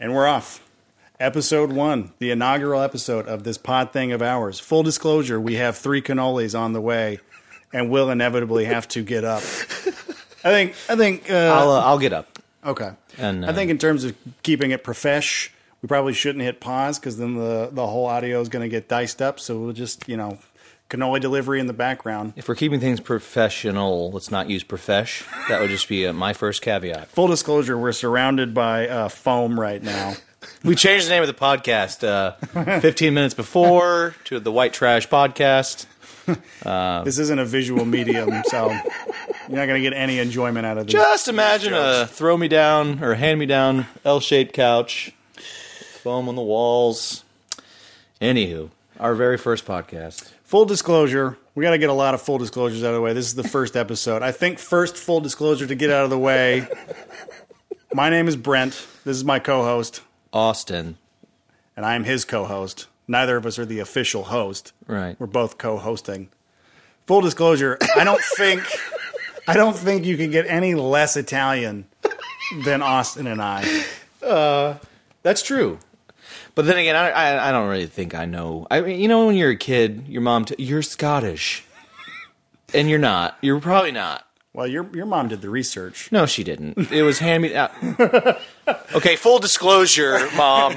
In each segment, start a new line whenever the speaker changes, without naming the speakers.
And we're off. Episode one, the inaugural episode of this pod thing of ours. Full disclosure, we have three cannolis on the way and will inevitably have to get up. I think, I think,
I'll
uh,
uh, I'll get up.
okay.
And, um,
I think in terms of keeping it profesh, we probably shouldn't hit pause because then the, the whole audio is going to get diced up. So we'll just, you know, cannoli delivery in the background.
If we're keeping things professional, let's not use profesh. That would just be uh, my first caveat.
Full disclosure, we're surrounded by uh, foam right now.
We changed the name of the podcast uh, 15 minutes before to the White Trash Podcast. Um,
This isn't a visual medium, so you're not going to get any enjoyment out of this.
Just imagine a throw me down or hand me down L shaped couch, foam on the walls. Anywho, our very first podcast.
full disclosure, we got to get a lot of full disclosures out of the way. This is the first episode. I think first full disclosure to get out of the way. my name is Brent. This is my co-host,
Austin.
and I am his co-host. Neither of us are the official host.
Right.
We're both co-hosting. Full disclosure, I don't think I don't think you can get any less Italian than Austin and I.
That's true. But then again, I, I I don't really think I know. I mean, you know, when you're a kid, your mom t- you're Scottish, and you're not. You're probably not.
Well, your your mom did the research.
No, she didn't. It was hand me uh, down. okay, full disclosure, mom.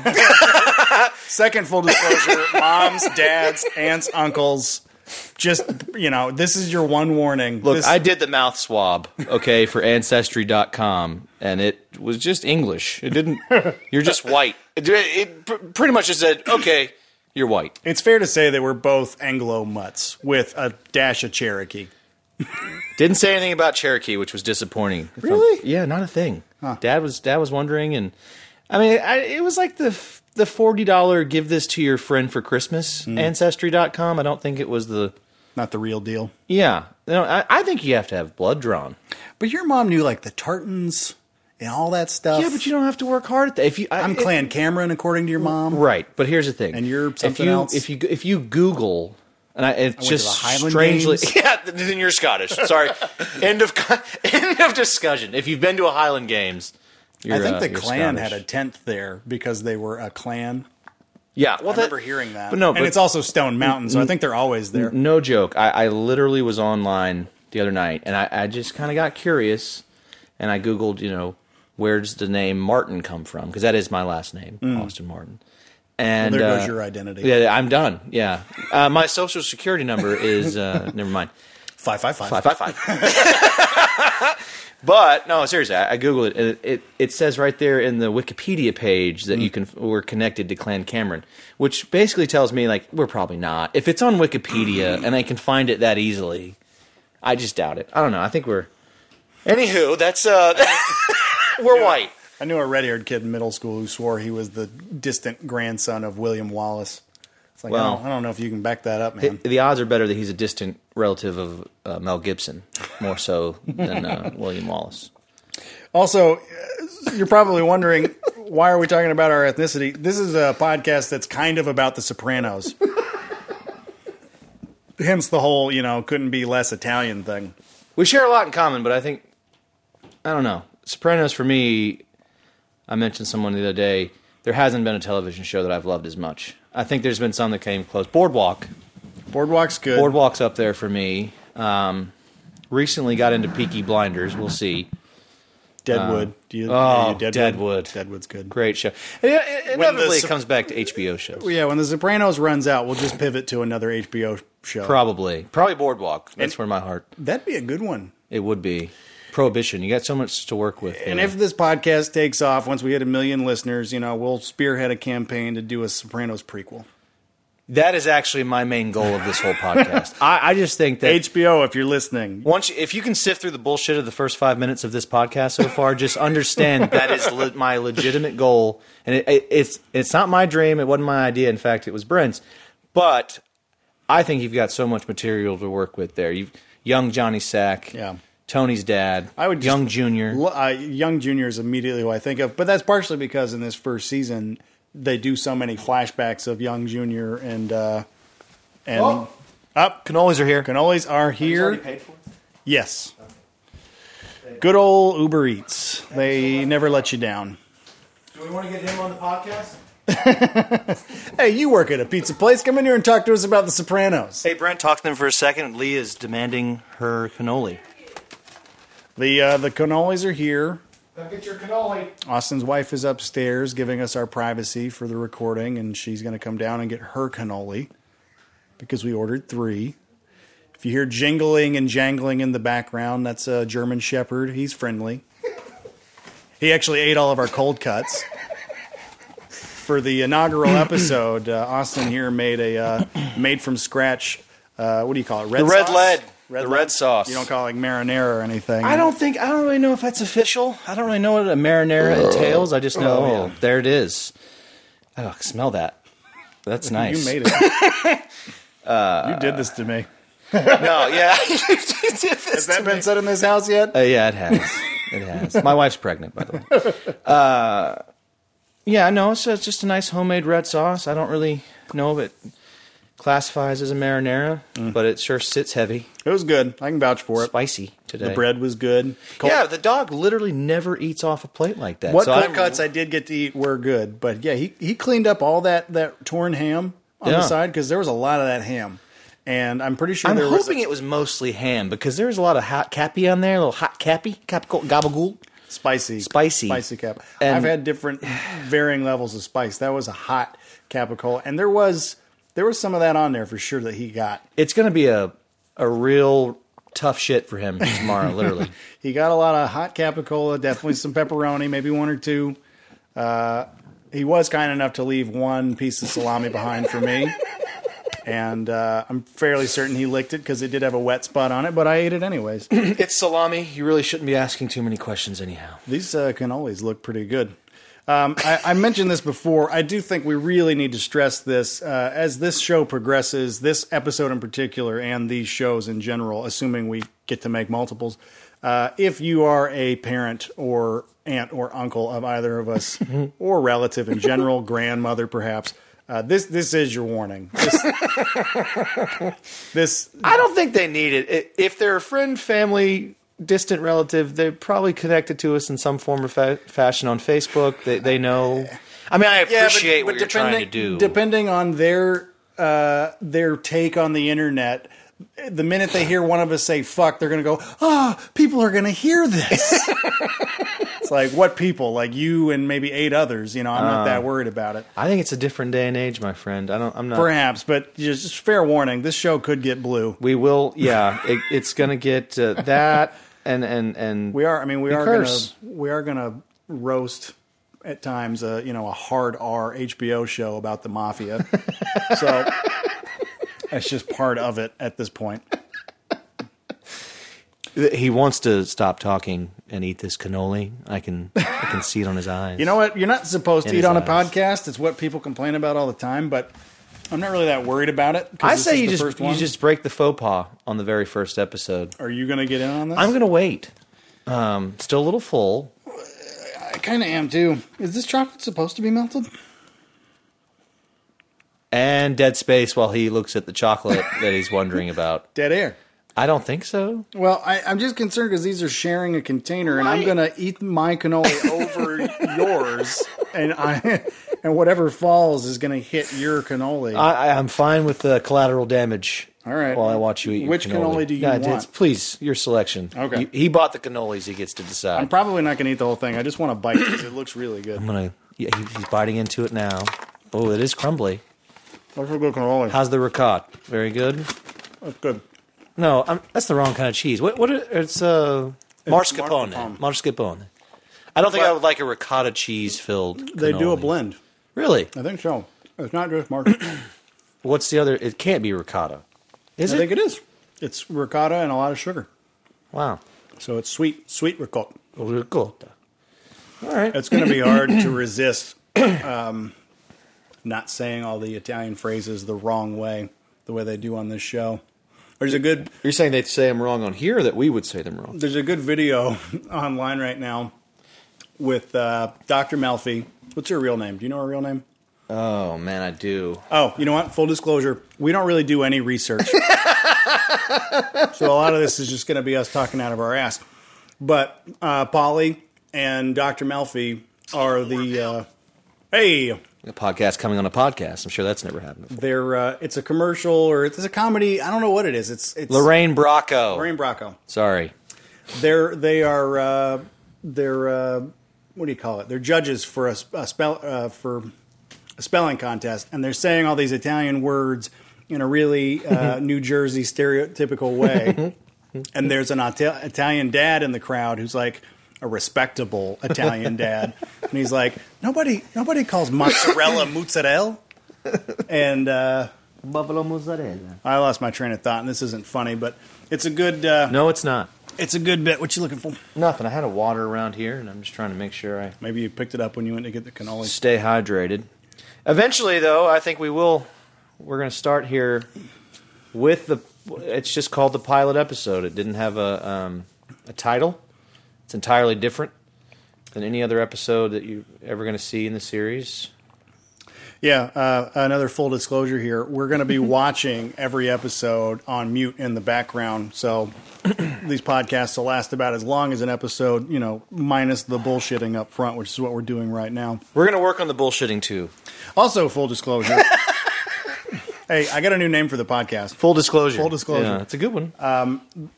Second full disclosure, moms, dads, aunts, uncles, just you know, this is your one warning.
Look,
This-
I did the mouth swab, okay, for ancestry.com, and it was just English. It didn't. You're just white. It, it pr- pretty much just said, okay, you're white.
it's fair to say that we're both Anglo mutts with a dash of Cherokee.
Didn't say anything about Cherokee, which was disappointing. If I'm-
Really?
yeah, not a thing. Dad was dad was wondering, and I mean, I, it was like the f- the forty dollar give this to your friend for Christmas
Hmm.
ancestry.com. I don't think it was the
Not the real deal.
yeah. No, I, I think you have to have blood drawn.
But your mom knew like the tartans and all that stuff.
Yeah, but you don't have to work hard at that. If you, I,
I'm
it-
Clan Cameron according to your mom.
Right, but here's the thing.
And you're
if
something
you,
else?
If you if you Google, and I, it's
the
just
Highland
strangely,
Games.
yeah, th- then you're Scottish. Sorry. end of co- end of discussion. If you've been to a Highland Games,
I
you're,
think
uh,
the
you're
clan
Scottish.
had a tenth there because they were a clan.
yeah. Well,
I remember hearing that.
But no,
and
but-
it's also Stone Mountain, so I think they're always there.
no joke. I, I literally was online the other night, and I, I just kind of got curious, and I googled, you know, where's the name Martin come from? Because that is my last name, Austin Martin. And
Mm. there
uh,
goes your identity.
Yeah, I'm done. Yeah, uh, my social security number is uh, never mind.
Five five five.
Five five five. but no, seriously, I, I googled it, and it, it. It says right there in the Wikipedia page that you can we're connected to Clan Cameron, which basically tells me like we're probably not. If it's on Wikipedia and I can find it that easily, I just doubt it. I don't know. I think we're. Anywho, that's uh, we're white.
I knew a red haired kid in middle school who swore he was the distant grandson of William Wallace. It's like,
Well-
I, don't, I don't know if you can back that up, man.
The odds are better that he's a distant relative of uh, Mel Gibson, more so than uh, William Wallace.
also, uh, you're probably wondering why are we talking about our ethnicity? This is a podcast that's kind of about The Sopranos. Hence the whole, you know, couldn't be less Italian thing.
we share a lot in common, but I think I don't know. Sopranos for me, I mentioned someone the other day. There hasn't been a television show that I've loved as much. I think there's been some that came close. Boardwalk,
Boardwalk's good.
Boardwalk's up there for me. Um, recently got into Peaky Blinders. We'll see.
Deadwood. Do you,
oh,
you Deadwood?
Deadwood.
Deadwood's good.
Great show. And, uh, inevitably,
Sop-
it comes back to HBO shows.
Yeah, when The Sopranos runs out, we'll just pivot to another HBO show.
Probably, probably Boardwalk. That's
And-
where my heart.
That'd be a good one.
It would be Prohibition. You got so much to work with.
And
there.
if this podcast takes off, once we hit a million listeners, you know, we'll spearhead a campaign to do a Sopranos prequel.
that is actually my main goal of this whole podcast, I, I just think that
HBO, if you're listening,
Once, you, if you can sift through the bullshit of the first five minutes of this podcast so far, just understand that is le- my legitimate goal, and it, it, it's it's not my dream. It wasn't my idea. In fact, it was Brent's. But I think you've got so much material to work with there. You, young Johnny Sack,
Yeah.
Tony's dad,
I would just-
young Junior.
L- uh, Young Junior is immediately who I think of, but that's partially because in this first season they do so many flashbacks of Young Junior and uh, and
Oh.
up
Cannolis are here.
cannolis are here. Yes, good old Uber Eats. They never let you down.
Do we want to get him on the podcast?
Hey, you work at a pizza place. Come in here and talk to us about The Sopranos.
Hey, Brent, talk to them for a second. Lee is demanding her cannoli.
The uh, the cannolis are here.
Come get your cannoli.
Austin's wife is upstairs giving us our privacy for the recording, and she's going to come down and get her cannoli because we ordered three. If you hear jingling and jangling in the background, that's a German Shepherd. He's friendly. He actually ate all of our cold cuts. For the inaugural episode, uh, Austin here made a uh, made from scratch. Uh, what do you call it? Red
The red
sauce?
lead. The red sauce.
You don't call it like marinara or anything.
I don't think I don't really know if that's official. I don't really know what a
Oh.
marinara entails. I just know oh, there it is. Oh, I can smell that. That's nice.
You made it. you did this to me.
No, yeah.
Has that been said in this house yet?
Uh, yeah, it has. It has. My wife's pregnant, by the way. Uh, yeah, no, it's, it's just a nice homemade red sauce. I don't really know if it classifies as a marinara,
Mm.
but it sure sits heavy,
It was good. I can vouch for it.
spicy today.
The bread was good. Cold-
Yeah, the dog literally never eats off a plate like that.
What
so
cold
I-
cuts I did get to eat were good, but yeah, he, he cleaned up all that, that torn ham on the
Yeah.
side because there was a lot of that ham, and I'm pretty sure
I'm
there was.
hoping it was mostly ham because there was a lot of hot cappy on there, a little hot cappy, cap gabagool.
spicy,
Spicy.
spicy cap.
And-
I've had different, varying levels of spice. That was a hot capicola, and there was there was some of that on there for sure that he got.
It's going to be a a real tough shit for him tomorrow, literally.
He got a lot of hot capicola, definitely some pepperoni, maybe one or two. Uh, he was kind enough to leave one piece of salami behind for me. And uh, I'm fairly certain he licked it because it did have a wet spot on it, but I ate it anyways.
it's salami. You really shouldn't be asking too many questions, anyhow.
These uh, cannolis look pretty good. Um, I, I mentioned this before. I do think we really need to stress this uh, as this show progresses, this episode in particular, and these shows in general, assuming we get to make multiples. Uh, if you are a parent or aunt or uncle of either of us, or relative in general, grandmother perhaps, uh, this this is your warning. This, this
I don't think they need it. I- If they're a friend, family, distant relative, they're probably connected to us in some form or fa- fashion on Facebook. They, they know. I mean, I appreciate what you're trying to do.
Depending on their uh, their take on the internet, the minute they hear one of us say "fuck," they're gonna go, "Ah, people are gonna hear this." it's like what people, like you and maybe eight others. You know, I'm not
Uh.
that worried about it.
I think it's a different day and age, my friend. I don't. I'm not.
Perhaps, but just, just fair warning: this show could get blue.
We will. Yeah, it, it's going to get uh, that and and and
We are. I mean, we
The
are gonna
curse.
we are gonna roast at times. A you know a hard R HBO show about the mafia. so that's just part of it at this point.
he wants to stop talking and eat this cannoli. I can I can see it on his eyes.
You know what? You're not supposed to
In
eat
his
on a
eyes.
podcast. It's what people complain about all the time, but I'm not really that worried about it. 'cause
I
this
say
is
you
the
just
first
you
one.
just break the faux pas on the very first episode.
Are you going to get in on this?
I'm gonna wait. Um, still a little full.
I kind of am too. Is this chocolate supposed to be melted?
And dead space while he looks at the chocolate that he's wondering about.
Dead air.
I don't think so.
Well, I, I'm just concerned because these are sharing a container, and I'm going to eat my cannoli over yours, and I and whatever falls is going to hit your cannoli.
I, I, I'm fine with the collateral damage.
All right.
While I watch you eat your
Which cannoli do you
Yeah, it's-
want?
Please, your selection.
Okay.
You- he bought the cannolis. He gets to decide.
I'm probably not going to eat the whole thing. I just want to bite because it looks really good.
I'm gonna. Yeah, he, he's biting into it now. Oh, it is crumbly.
That's a good cannoli.
How's the ricotta? Very good.
That's good.
No, i that's the wrong kind of cheese. What? What? Are, it's uh,
mascarpone.
mascarpone. Mascarpone. I don't think I would like a ricotta cheese filled.
They do a blend.
Really?
I think so. It's not just marshmallow.
What's the other? It can't be ricotta. Is
I
it?
think it is. It's ricotta and a lot of sugar.
Wow.
So it's sweet, sweet ricotta.
Ricotta. All right.
It's going to be hard to resist um, not saying all the Italian phrases the wrong way, the way they do on this show. There's a good
You're saying they'd say I'm wrong on here, or that we would say them wrong?
there's a good video online right now with uh, Dr. Melfi. What's her real name? Do you know her real name?
Oh man, I do.
Oh, you know what? Full disclosure, we don't really do any research. so a lot of this is just going to be us talking out of our ass. But uh, Polly and Dr. Melfi are the uh, hey
A podcast coming on a podcast. I'm sure that's never happened before.
they're uh, it's a commercial or it's a comedy. I don't know what it is. It's it's
Lorraine Bracco.
Lorraine Bracco.
Sorry.
They're they are uh, they're uh, what do you call it? They're judges for a, sp- a spell uh, for a spelling contest, and they're saying all these Italian words in a really uh, New Jersey stereotypical way. and there's an Ita- Italian dad in the crowd who's like a respectable Italian dad, and he's like, nobody nobody calls mozzarella mozzarella, and. Uh,
Buffalo mozzarella.
I lost my train of thought, and this isn't funny, but it's a good uh,
No, it's not.
it's a good bit. What you looking for?
Nothing. I had a water around here, and I'm just trying to make sure I
Maybe you picked it up when you went to get the cannoli.
stay hydrated. Eventually, though, I think we will. We're going to start here with the. It's just called the pilot episode. It didn't have a um, a title. It's entirely different than any other episode that you're ever going to see in the series.
Yeah, uh, another full disclosure here. We're going to be watching every episode on mute in the background, so these podcasts will last about as long as an episode, you know, minus the bullshitting up front, which is what we're doing right now.
We're going to work on the bullshitting too.
Also, full disclosure. hey, I got a new name for the podcast.
Full disclosure.
Full disclosure.
Yeah, it's a good one.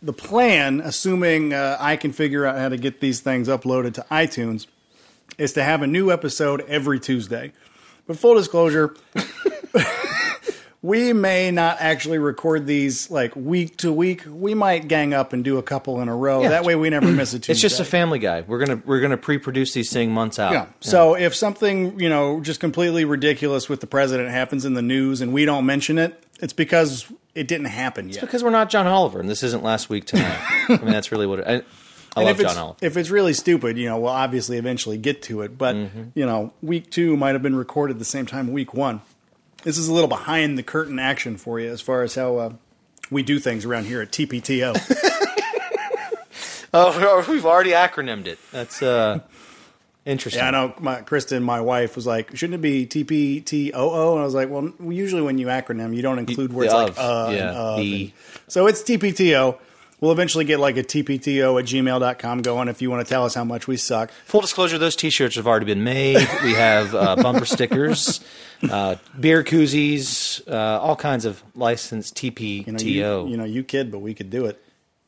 the plan, assuming uh, I can figure out how to get these things uploaded to iTunes, is to have a new episode every Tuesday. But full disclosure, we may not actually record these like week to week. We might gang up and do a couple in a row.
Yeah.
That way, we never miss a Tuesday.
it's just a Family Guy. We're gonna we're gonna pre-produce these things months out.
Yeah. So if something, you know, just completely ridiculous with the president happens in the news and we don't mention it, it's because it didn't happen yet.
because we're not John Oliver, and this isn't last week tonight. I mean, that's really what it, I, I love
if it's,
John Oliver.
If it's really stupid, you know, we'll obviously eventually get to it. But
Mm-hmm.
you know, week two might have been recorded the same time week one. This is a little behind the curtain action for you as far as how uh, we do things around here at TPTO.
Oh, we've already acronymed it. That's uh, interesting.
yeah, I know. My, Kristen, my wife, was like, "Shouldn't it be TPTOO?" And I was like, "Well, usually when you acronym, you don't include
The
words like
of,
uh, and
yeah,
of
the-
and- so it's TPTO." We'll eventually get like a TPTO at gmail.com going if you want to tell us how much we suck.
Full disclosure: those T-shirts have already been made. We have uh, bumper stickers, uh, beer koozies, uh, all kinds of licensed TPTO.
You know, you, you know, you kid, but we could do it.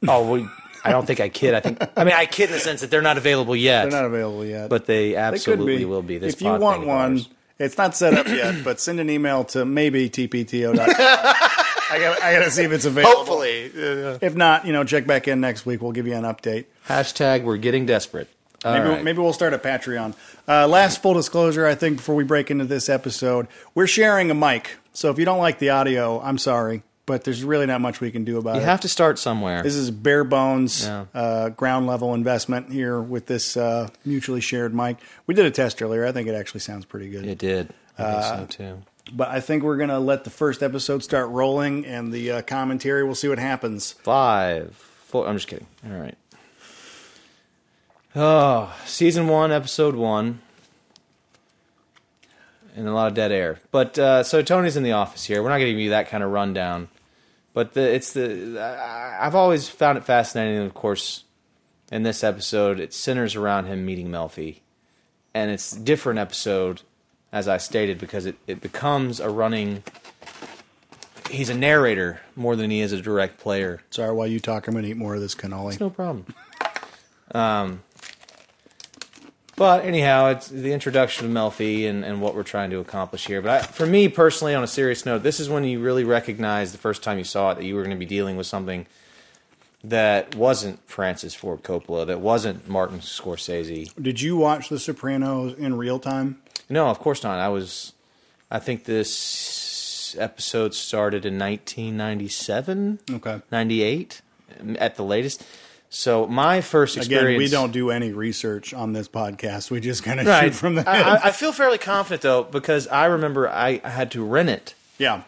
oh, we, I don't think I kid. I think I mean I kid in the sense that they're not available yet,
They're not available yet.
but they
They could
absolutely will be. This
if you
pod
want
thing of
one,
ours.
it's not set up yet, but send an email to maybe tpto.com. I got I gotta see if it's available.
hopefully. Yeah, yeah.
If not, you know, check back in next week. We'll give you an update.
Hashtag we're getting desperate. All
Maybe,
right.
maybe we'll start a Patreon. Uh, last full disclosure, I think, before we break into this episode, we're sharing a mic. So if you don't like the audio, I'm sorry, but there's really not much we can do about
you
it.
have to start somewhere.
This is bare bones,
Yeah.
uh, ground level investment here with this uh, mutually shared mic. We did a test earlier. I think it actually sounds pretty good.
It did. I think so too.
But I think we're going to let the first episode start rolling and the uh, commentary. We'll see what happens.
Five, four. I'm just kidding. All right. Oh, season one, episode one, and a lot of dead air. But uh, so Tony's in the office here. We're not going to give you that kind of rundown. But the, it's the I- I've always found it fascinating. Of course, in this episode, it centers around him meeting Melfi, and it's a different episode, as I stated, because it, it becomes a running. He's a narrator more than he is a direct player.
Sorry, while you talk, I'm going to eat more of this cannoli.
No problem. Um, but anyhow, it's the introduction of Melfi and, and what we're trying to accomplish here. But I, for me personally, on a serious note, this is when you really recognize the first time you saw it that you were going to be dealing with something that wasn't Francis Ford Coppola, that wasn't Martin Scorsese.
Did you watch The Sopranos in real time?
No, of course not. I was. I think this episode started in 1997,
Okay.
98 at the latest. So my first experience.
Again, we don't do any research on this podcast. We just kind of
Right.
shoot from the
I,
hip.
I- I feel fairly confident though because I remember I I had to rent it
yeah.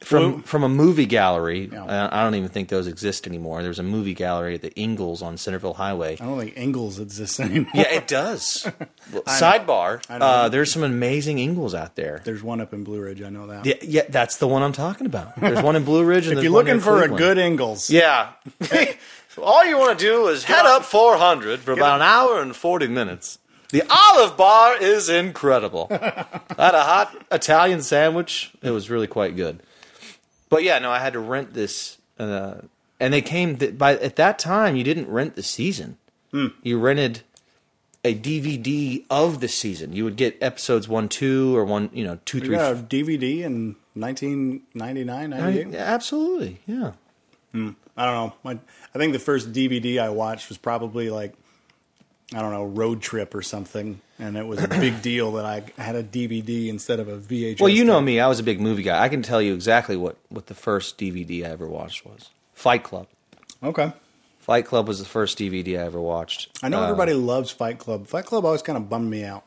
from
Well-
from a movie gallery.
Yeah.
Uh, I don't even think those exist anymore. There was a movie gallery at the Ingalls on Centerville Highway.
I don't think Ingalls exists anymore.
Yeah, it does. Well, Sidebar:
know.
uh, There's some amazing Ingalls out there.
There's one up in Blue Ridge. I know that.
Yeah, yeah, that's the one I'm talking about. There's one in Blue Ridge. And
if
there's
you're
one
looking
in
for a
Cleveland.
good Ingalls,
yeah. All you want to do is head up 400 for about an hour and 40 minutes. The olive bar is incredible. I had a hot Italian sandwich. It was really quite good. But yeah, no, I had to rent this, uh, and they came th- by at that time. You didn't rent the season.
Hmm.
You rented a DVD of the season. You would get episodes one, two, or one, you know, two,
You
three,
got a DVD in 1999, 98?
Yeah, absolutely. Yeah.
I don't know. My, I think the first DVD I watched was probably like, I don't know, Road Trip or something. And it was a big deal that I had a DVD instead of a VHS.
Well, you know
tape.
me. I was a big movie guy. I can tell you exactly what, what the first DVD I ever watched was Fight Club.
Okay.
Fight Club was the first DVD I ever watched.
I know
Uh,
everybody loves Fight Club. Fight Club always kind of bummed me out.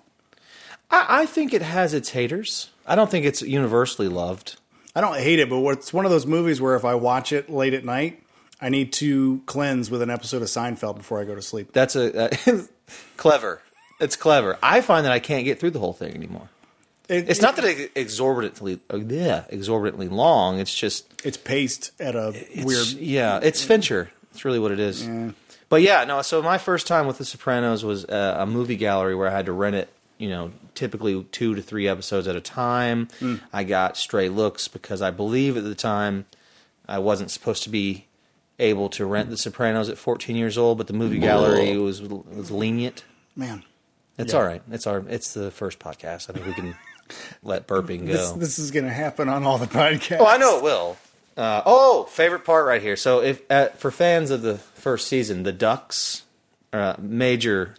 I, I think it has its haters. I don't think it's universally loved.
I don't hate it, but what- it's one of those movies where if I watch it late at night, I need to cleanse with an episode of Seinfeld before I go to sleep.
That's a uh, clever. It's clever. I find that I can't get through the whole thing anymore.
It-
It's not that it's exorbitantly, uh, yeah, exorbitantly long. It's just
it's paced at a weird.
It's- Yeah, it's Fincher. That's really what it is. But yeah, no. So my first time with The Sopranos was uh, a movie gallery where I had to rent it. You know, typically two to three episodes at a time. I got stray looks because I believe at the time I wasn't supposed to be able to rent The Sopranos at 14 years old, but the movie gallery was was lenient.
Man,
It's
Yeah.
all right. It's our. It's the first podcast. I think we can let burping go.
this, this is going to happen on all the podcasts.
Oh, I know it will. Uh, oh, favorite part right here. So, if uh, for fans of the first season, the ducks, uh, major,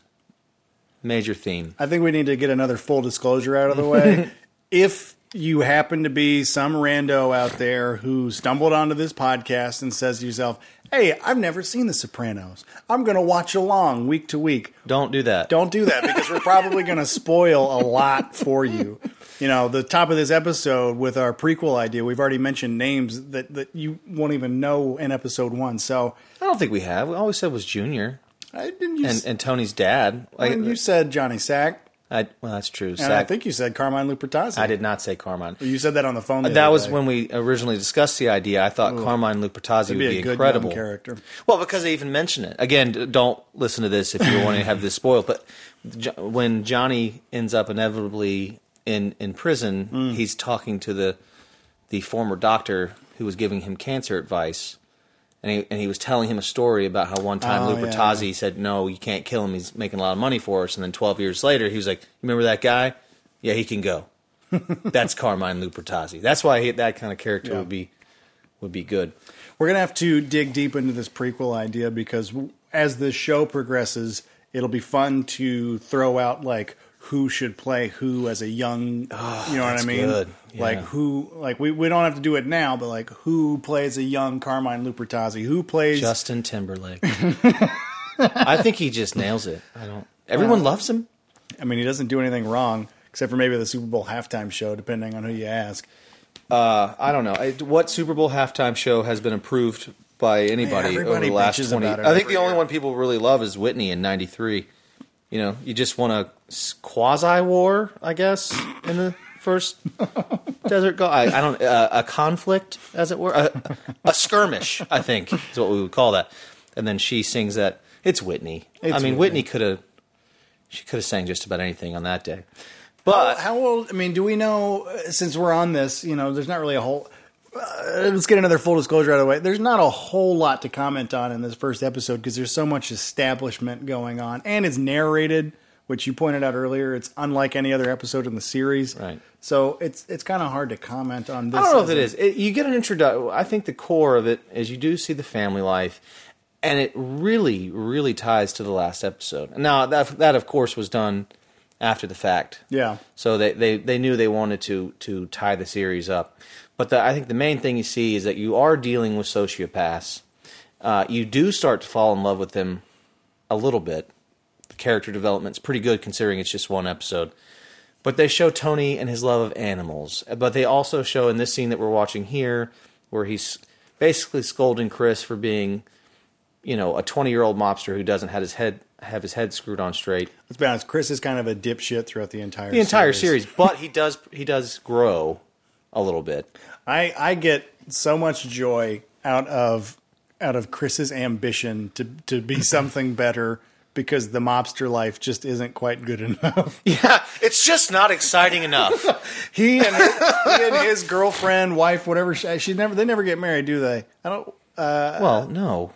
major theme.
I think we need to get another full disclosure out of the way. if you happen to be some rando out there who stumbled onto this podcast and says to yourself, "Hey, I've never seen The Sopranos. I'm going to watch along week to week."
Don't do that.
Don't do that because we're probably going to spoil a lot for you. You know, the top of this episode with our prequel idea, we've already mentioned names that, that you won't even know in episode one. So,
I don't think we have. We always said was Junior
I didn't you,
and, and Tony's dad. Like,
you said Johnny Sack,
I, well, that's true.
and I
Zach-
think you said Carmine Lupertazzi.
I did not say Carmine.
You said that on the phone. the
That
other
was
day.
when we originally discussed the idea. I thought Carmine Lupertazzi would
be
be,
a good young
incredible
character.
Well, because they even mention it again. d- Don't listen to this if you want to have this spoiled. But jo- when Johnny ends up inevitably in in prison,
Mm.
he's talking to the the former doctor who was giving him cancer advice, and he and he was telling him a story about how one time
Oh,
oh,
yeah,
Lupertazzi said, "No, you can't kill him. He's making a lot of money for us." And then twelve years later, he was like, "Remember that guy? Yeah, he can go." That's Carmine Lupertazzi. That's why he, that kind of character
Yeah.
would be would be good.
We're gonna have to dig deep into this prequel idea because w- as the show progresses, it'll be fun to throw out like who should play who as a young, you know what I
Ah, that's
mean?
good.
Like
Yeah.
who, like we, we don't have to do it now, but like who plays a young Carmine Lupertazzi? Who plays?
Justin Timberlake. I think he just nails it. I don't. Everyone loves him.
I mean, he doesn't do anything wrong except for maybe the Super Bowl halftime show, depending on who you ask.
I don't know I- what Super Bowl halftime show has been approved by anybody
Yeah,
over
everybody
the last
bitches
twenty.
about it
I think
every
the only
year.
one people really love is Whitney in '93. You know, you just want a quasi war, I guess, in the first desert. Go- I, I don't uh, a conflict, as it were, a, a skirmish. I think is what we would call that. And then she sings that. It's Whitney. I
It's Whitney.
mean, Whitney could have. She could have sang just about anything on that day. But
how old? I mean, do we know? uh, Since we're on this, you know, there's not really a whole. Uh, let's get another full disclosure out of the way. There's not a whole lot to comment on in this first episode because there's so much establishment going on, and it's narrated, which you pointed out earlier. It's unlike any other episode in the series,
Right.
So it's it's kind of hard to comment on this.
I don't know
as
if it
a-
is. It, you get an introduction. I think the core of it is you do see the family life, and it really, really ties to the last episode. Now that that of course was done after the fact.
Yeah.
So they, they, they knew they wanted to to tie the series up, but the, I think the main thing you see is that you are dealing with sociopaths. Uh, you do start to fall in love with them a little bit. The character development's pretty good considering it's just one episode. But they show Tony and his love of animals. But they also show in this scene that we're watching here, where he's basically scolding Chris for being, you know, a twenty-year-old mobster who doesn't have his head have his head screwed on straight
Let's be honest. Chris is kind of a dipshit throughout the entire
the entire series. But he does he does grow a little bit.
I I get so much joy out of out of Chris's ambition to to be something better because the mobster life just isn't quite good enough.
Yeah, it's just not exciting enough.
he and he and his girlfriend, wife, whatever she, she never they never get married, do they? I don't.
well, no,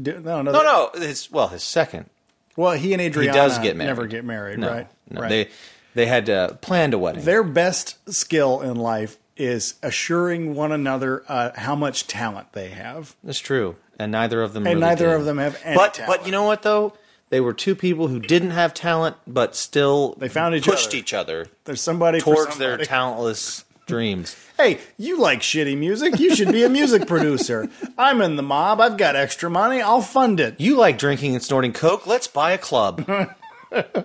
Do, no, no,
no, no. His well, his second.
Well, he and Adriana
does get married.
never get married,
No,
right?
no,
right.
they they had uh, planned a wedding.
Their best skill in life is assuring one another uh, how much talent they have.
That's true, and neither of them.
And
really
neither
did.
of them have any
But
talent.
but you know what though? They were two people who didn't have talent, but still they
found each
pushed
other.
each other
There's somebody for
towards their
somebody.
talentless dreams.
Hey, you like shitty music? You should be a music producer. I'm in the mob. I've got extra money. I'll fund it.
You like drinking and snorting coke? Let's buy a club.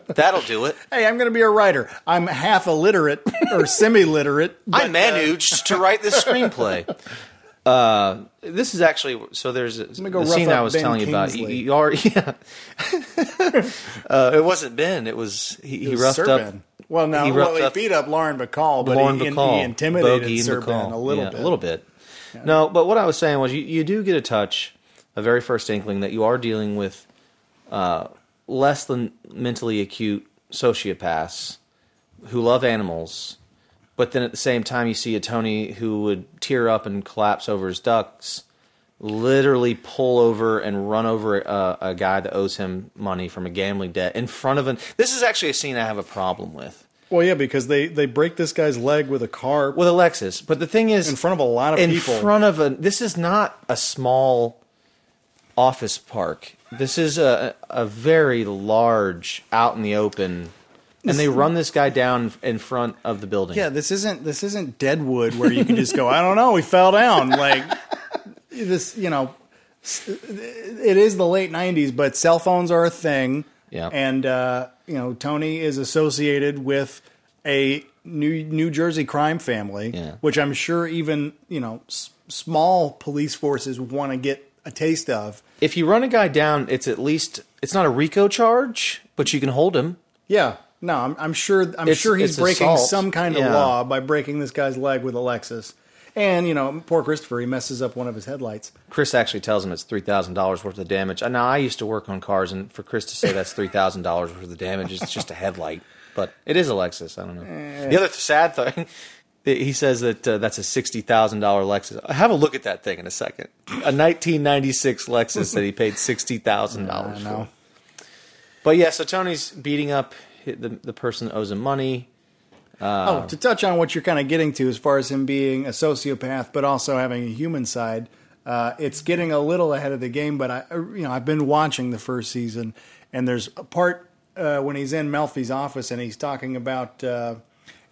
That'll do it.
Hey, I'm going to be a writer. I'm half illiterate or semi-literate.
I managed to write this screenplay. Uh, this is actually so. There's a,
go
the
rough
scene I
up
was
Ben
telling you about. You,
Kingsley.
you already, yeah. uh, it wasn't Ben. It was he, he
It was
roughed
Sir
up
Ben. Well, no, he,
he roughed
well, he
up
beat up Lauren Bacall, but
Lauren
he,
Bacall,
he intimidated
Bogey
Sir
Bacall.
Ben a little
Yeah,
bit.
A little bit. No, but what I was saying was you, you do get a touch, a very first inkling that you are dealing with uh, less than mentally acute sociopaths who love animals, but then at the same time you see a Tony who would tear up and collapse over his ducks, literally pull over and run over a, a guy that owes him money from a gambling debt in front of an. This is actually a scene I have a problem with.
Well, yeah, because they they break this guy's leg with a car
With Alexis, but the thing is,
in front of a lot of
in
people.
front of a this is not a small office park this is a a very large out in the open and they run this guy down in front of the building
yeah, this isn't this isn't Deadwood where you can just go. I don't know. He fell down. Like this, you know. s- It is the late '90s, but cell phones are a thing.
Yeah.
and uh, you know Tony is associated with a New New Jersey crime family,
Yeah.
which I'm sure even you know s- small police forces want to get a taste of.
if you run a guy down it's at least it's not a rico charge but you can hold him
Yeah. No, I'm, I'm sure. I'm
It's-
sure he's
it's
breaking
assault.
some kind of
Yeah.
law by breaking this guy's leg with Alexis. And you know, poor Christopher, he messes up one of his headlights.
Chris actually tells him it's three thousand dollars worth of damage. Uh, Now I used to work on cars, and for Chris to say that's three thousand dollars worth of damage is just a headlight. But it is a Lexus. I don't know. The other sad thing, that he says that uh, that's a sixty thousand dollar Lexus. Have a look at that thing in a second. A nineteen ninety six Lexus that he paid sixty thousand dollars
I know.
for. But yeah, so Tony's beating up hi- the the person that owes him money. Um,
oh, to touch on what you're kind of getting to as far as him being a sociopath, but also having a human side, uh, it's getting a little ahead of the game. But I, uh, you know, I've been watching the first season, and there's a part uh, when he's in Melfi's office and he's talking about uh,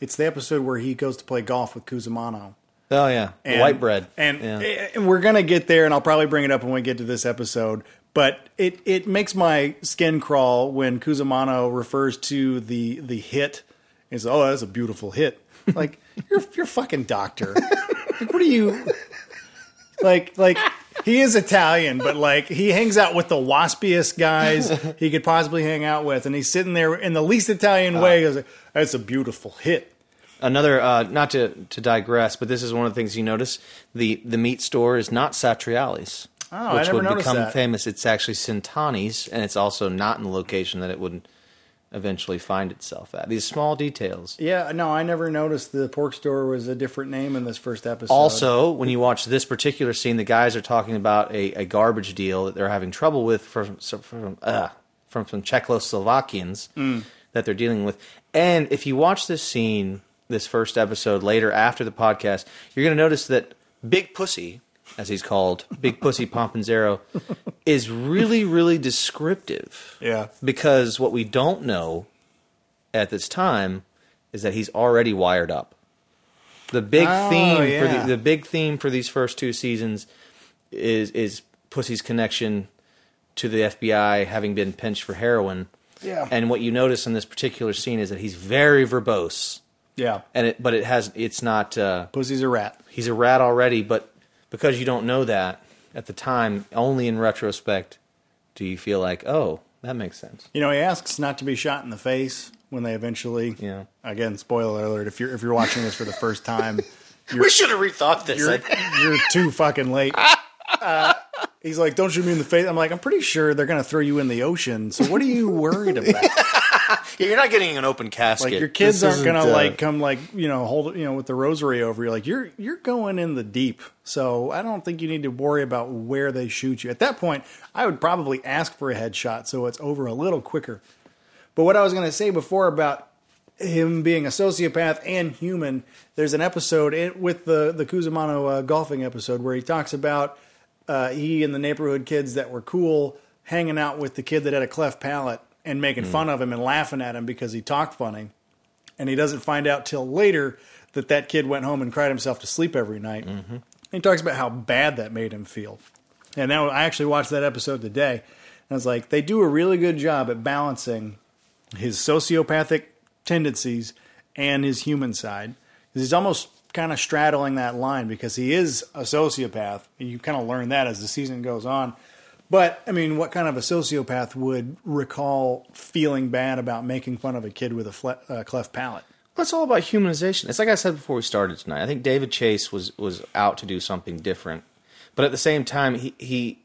it's the episode where he goes to play golf with Kuzumano.
Oh yeah, The white bread.
And, eh,
yeah.
and we're gonna get there, and I'll probably bring it up when we get to this episode. But it it makes my skin crawl when Kuzumano refers to the the hit. And says, "Oh, that's a beautiful hit." Like you're you're a fucking doctor. Like what are you? Like like he is Italian, but like he hangs out with the waspiest guys he could possibly hang out with, and he's sitting there in the least Italian way. He goes, like, "That's a beautiful hit."
another uh, not to, to digress, but this is one of the things you notice the the meat store is not Satriali's,
Oh, I never
would
noticed
become
that.
famous. It's actually Sintani's, and it's also not in the location that it would eventually find itself at. These small details.
Yeah, no, I never noticed the pork store was a different name in this first episode.
Also, when you watch this particular scene, the guys are talking about a, a garbage deal that they're having trouble with from so- from uh, from some Czechoslovakians
Hmm.
that they're dealing with. And if you watch this scene, this first episode later after the podcast, you're going to notice that Big Pussy, as he's called, Big Pussy Pompanzero, is really really descriptive.
Yeah.
because what we don't know at this time is that he's already wired up. The big
Oh,
theme for
yeah.
the, the big theme for these first two seasons is is Pussy's connection to the FBI having been pinched for heroin.
Yeah.
And what you notice in this particular scene is that he's very verbose.
yeah,
And it, but it has it's not uh,
pussy's a rat.
he's a rat already, but because you don't know that at the time, only in retrospect do you feel like, "Oh, that makes sense."
You know, he asks not to be shot in the face when they eventually.
Yeah.
Again, spoiler alert: if you're if you're watching this for the first time,
We should have rethought this.
you're, you're too fucking late. Uh, He's like, "Don't shoot me in the face." I'm like, "I'm pretty sure they're gonna throw you in the ocean. So what are you worried about?
Yeah, you're not getting an open casket.
Like your kids aren't
isn't,
gonna
uh,
like come like you know hold you know with the rosary over you. Like you're you're going in the deep. So I don't think you need to worry about where they shoot you. At that point, I would probably ask for a headshot so it's over a little quicker. But what I was gonna say before about him being a sociopath and human, there's an episode in, with the the Cusimano uh, golfing episode where he talks about uh, he and the neighborhood kids that were cool hanging out with the kid that had a cleft palate and
Hmm.
making fun of him and laughing at him because he talked funny. And he doesn't find out till later that that kid went home and cried himself to sleep every night. And he talks about how bad that made him feel. And now I actually watched that episode today. And I was like, they do a really good job at balancing his sociopathic tendencies and his human side. 'Cause He's almost kind of straddling that line because he is a sociopath. You kind of learn that as the season goes on. But I mean, what kind of a sociopath would recall feeling bad about making fun of a kid with a fle- uh, cleft palate?
Well, it's all about humanization. It's like I said before we started tonight. I think David Chase was was out to do something different, but at the same time, he he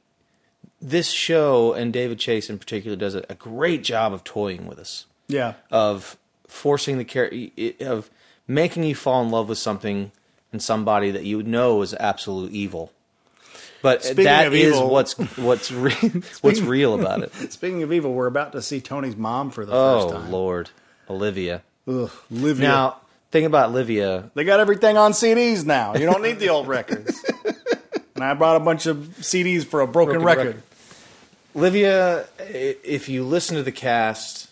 this show and David Chase in particular does a, a great job of toying with us,
Yeah,
of forcing the care, of making you fall in love with something and somebody that you know is absolute evil. But
Speaking
that
of
is
evil-
what's what's re- what's real about it.
Speaking of evil, we're about to see Tony's mom for the first
Oh
time.
Lord, Olivia.
Ugh, Livia.
Now, thing about Olivia,
they got everything on CDs now. You don't need the old records. And I brought a bunch of CDs for a broken,
Broken
record.
record. Livia, i- if you listen to the cast,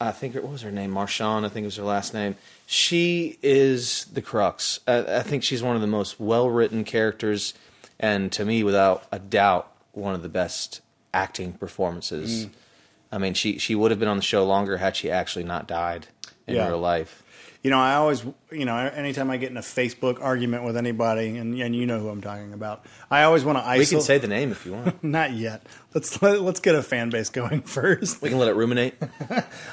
I think what was her name, Marshawn, I think was her last name. She is the crux. I, I think she's one of the most well-written characters, and to me, without a doubt, one of the best acting performances. I mean, she she would have been on the show longer had she actually not died in
Yeah.
real life.
You know, I always, you know, anytime I get in a Facebook argument with anybody, and, and you know who I'm talking about, I always want to
We
isolate.
can say the name if you want.
not yet. Let's let, let's get a fan base going first.
we can let it ruminate.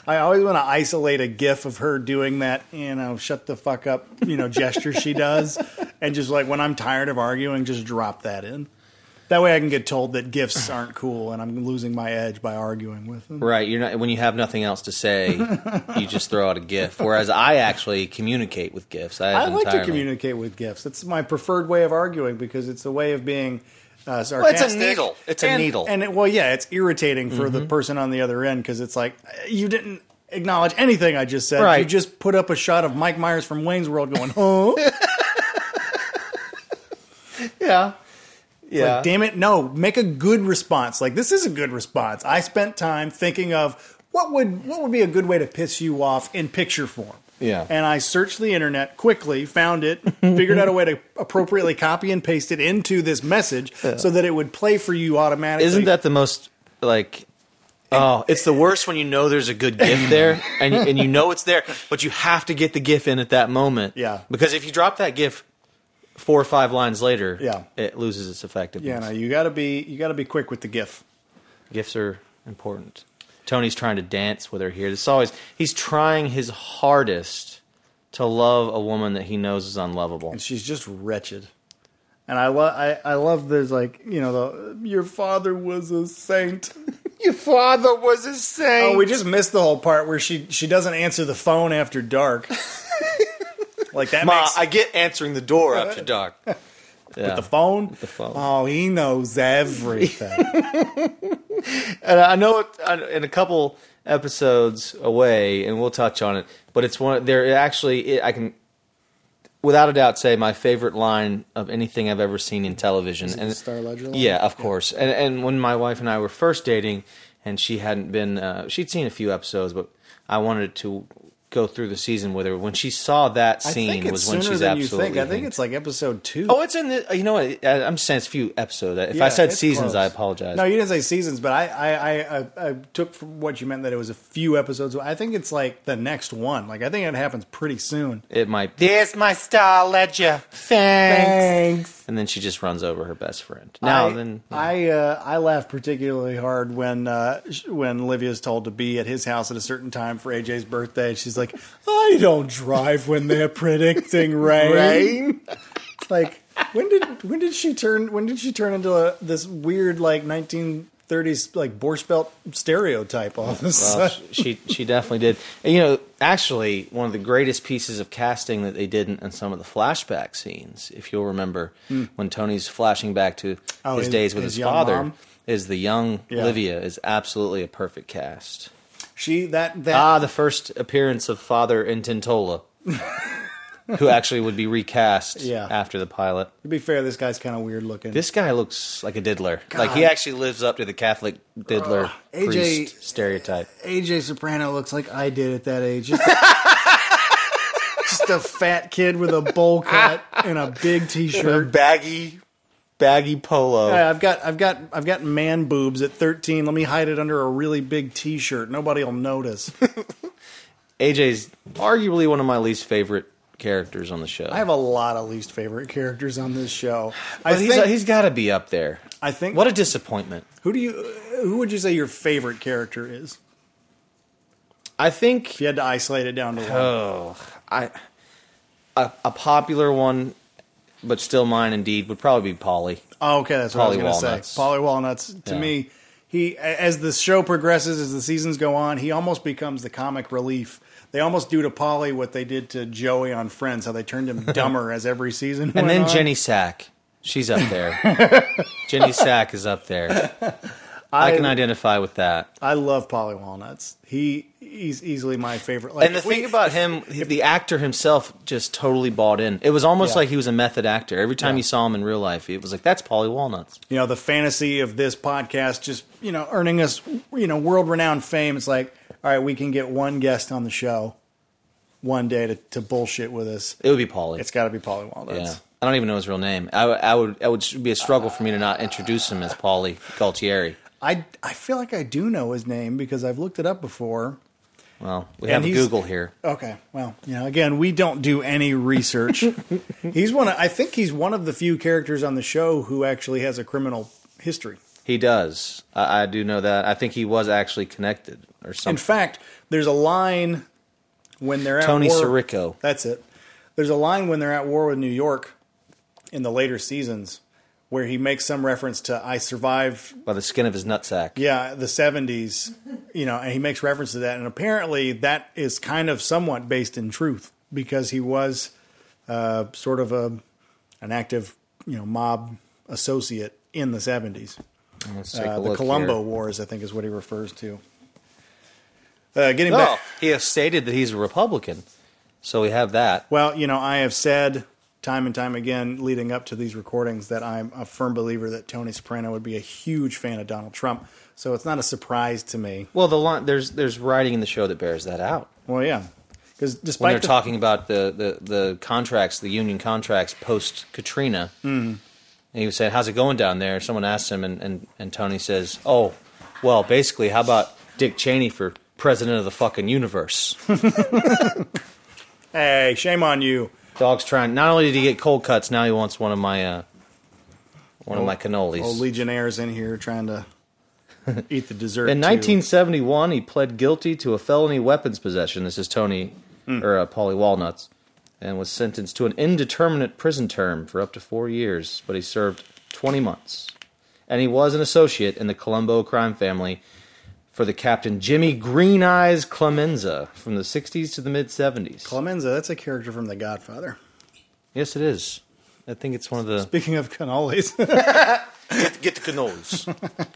I always want to isolate a gif of her doing that, you know, shut the fuck up, you know, gesture she does. And just like when I'm tired of arguing, just drop that in. That way I can get told that gifs aren't cool and I'm losing my edge by arguing with them.
Right, you're not when you have nothing else to say, you just throw out a GIF. Whereas I actually communicate with GIFs. I,
I like to
entirely-
communicate with gifs. It's my preferred way of arguing because it's a way of being uh, sarcastic.
it's a needle. It's a
and,
needle. Mm-hmm.
And it, well, yeah, it's irritating for the person on the other end because it's like you didn't acknowledge anything I just said. You
Right.
just put up a shot of Mike Myers from Wayne's World going, "Huh?"
Yeah, yeah.
Like, damn it, no, make a good response. Like this is a good response. I spent time thinking of what would what would be a good way to piss you off in picture form.
Yeah.
And I searched the internet quickly, found it, figured out a way to appropriately copy and paste it into this message so that it would play for you automatically.
Isn't that the most like? Oh, it's the worst when you know there's a good GIF there, and and you know it's there, but you have to get the GIF in at that moment.
Yeah.
because if you drop that GIF four or five lines later,
Yeah.
it loses its effectiveness.
Yeah, no, you gotta be you gotta be quick with the GIF.
Gifts are important. Tony's trying to dance with her here. It's always he's trying his hardest to love a woman that he knows is unlovable.
and she's just wretched. And I love, I, I love. There's like, you know, the your father was a saint.
your father was a saint.
Oh, we just missed the whole part where she she doesn't answer the phone after dark. like that
Ma,
makes
I get answering the door after dark. Yeah.
the phone.
the phone.
Oh, he knows everything.
and I know it, I- in a couple episodes away, and we'll touch on it. But it's one. There actually, it, I can, without a doubt, say my favorite line of anything I've ever seen in television.
it
and
the Star Ledger line?
Yeah, of course. And and when my wife and I were first dating, and she hadn't been, uh, she'd seen a few episodes, but I wanted to go through the season with her. When she saw that
I think
scene,
it's
was
sooner
when she's
than you
absolutely.
think. I think
hooked.
it's like episode two.
Oh, it's in the. You know what? I- I'm just saying it's a few episodes. If
Yeah,
I said
it's
seasons,
close.
I apologize.
No, you didn't say seasons, but I I, I, I I took from what you meant that it was a few episodes. I think it's like the next one. Like I think it happens pretty soon.
it might.
There's my star ledger.
Thanks.
and then she just runs over her best friend. Now
I,
then,
I uh, I laughed particularly hard when uh, sh- when Livia's told to be at his house at a certain time for AJ's birthday. She's like, "I don't drive when they're predicting rain."
Rain?
It's like, when did when did she turn when did she turn into a, this weird like 1930s like Borscht Belt stereotype all of a
Well,
sudden?
she she definitely did. And, you know, actually, one of the greatest pieces of casting that they did in, in some of the flashback scenes, if you'll remember, when Tony's flashing back to
Hmm. Oh,
his,
his-
days with
his
his,
young
father,
mom?
is the young
Yeah.
Livia is absolutely a perfect cast.
She that that
Ah, the first appearance of Father in Tintola, who actually would be recast
Yeah.
after the pilot.
to be fair, this guy's kind of weird looking.
This guy looks like a diddler. Like he
God. Uh,
actually lives up to the Catholic diddler
AJ
priest stereotype.
AJ Soprano looks like I did at that age. Just, just a fat kid with a bowl cut and a big t-shirt.
Baggy.
Baggy polo.
Hey, I've got I've got I've got man boobs at 13. Let me hide it under a really big t-shirt. Nobody'll notice.
AJ's arguably one of my least favorite characters on the show.
I have a lot of least favorite characters on this show. I
but he's,
think,
he's got to be up there.
I think
What a disappointment.
who do you who would you say your favorite character is?
I think
If you had to isolate it down to one.
oh, I a, a popular one but still mine indeed would probably be Polly.
Oh, okay, that's what
Polly
I was going to
Walnuts.
say. Polly Walnuts. To
Yeah.
me, he a- as the show progresses, as the seasons go on, he almost becomes the comic relief. They almost do to Polly what they did to Joey on Friends, how they turned him dumber as every season.
And then Jenny Sack. She's up there. Jenny Sack is up there. I, can identify with that.
I love Polly Walnuts. He he's easily my favorite. Like,
And the
if we-
thing about him, the actor himself just totally bought in. It was almost
Yeah.
like he was a method actor. Every time you saw him in real life, it was like, that's Polly Walnuts.
you know the fantasy of this podcast just you know earning us you know world renowned fame it's like all right we can get one guest on the show one day to, to bullshit with us
It would be Polly.
it's got to be Polly Walnuts
yeah. I don't even know his real name. I, w- I would. It would be a struggle for me to not introduce him as Polly Galtieri.
I I feel like I do know his name because I've looked it up before
Well, we
And
have a
he's-
Google here.
Okay. Well, you know, again, we don't do any research. he's one. Of, I think he's one of the few characters on the show who actually has a criminal history.
He does. I, I do know that. I think he was actually connected or
In
something.
fact, there's a line when they're at
Tony
war-
Sirico.
That's it. There's a line when they're at war with New York in the later seasons where he makes some reference to I survived
By the skin of his nutsack.
yeah, the 70s, you know, and he makes reference to that and apparently that is kind of somewhat based in truth because he was uh, sort of a an active, you know, mob associate in the 70s.
Let's take
Uh,
a
the
look
Colombo
here.
Wars I think is what he refers to. Uh, getting
No,
back
Oh, he has stated that he's a Republican. So we have that.
Well, you know, I have said time and time again leading up to these recordings that I'm a firm believer that Tony Soprano would be a huge fan of Donald Trump. So it's not a surprise to me.
Well, the line, there's there's writing in the show that bears that out.
Well, yeah. Because despite
when they're
the-
talking about the, the, the contracts, the union contracts post Katrina. Mm. And he was saying, How's it going down there? Someone asked him, and, and, and Tony says, Oh, well, basically, how about Dick Cheney for president of the fucking universe?
hey, shame on you.
Dog's trying. Not only did he get cold cuts, now he wants one of my uh, one of my cannolis.
Old Legionnaires in here trying to eat the dessert.
in
too.
1971, he pled guilty to a felony weapons possession. This is Tony
Hmm.
or uh, Polly Walnuts, and was sentenced to an indeterminate prison term for up to four years. But he served 20 months, and he was an associate in the Colombo crime family for the Captain Jimmy Green Eyes Clemenza from the 60s to the mid 70s.
Clemenza, that's a character from The Godfather.
yes, it is. I think it's one of the
Speaking of cannolis.
Get, get the cannolis.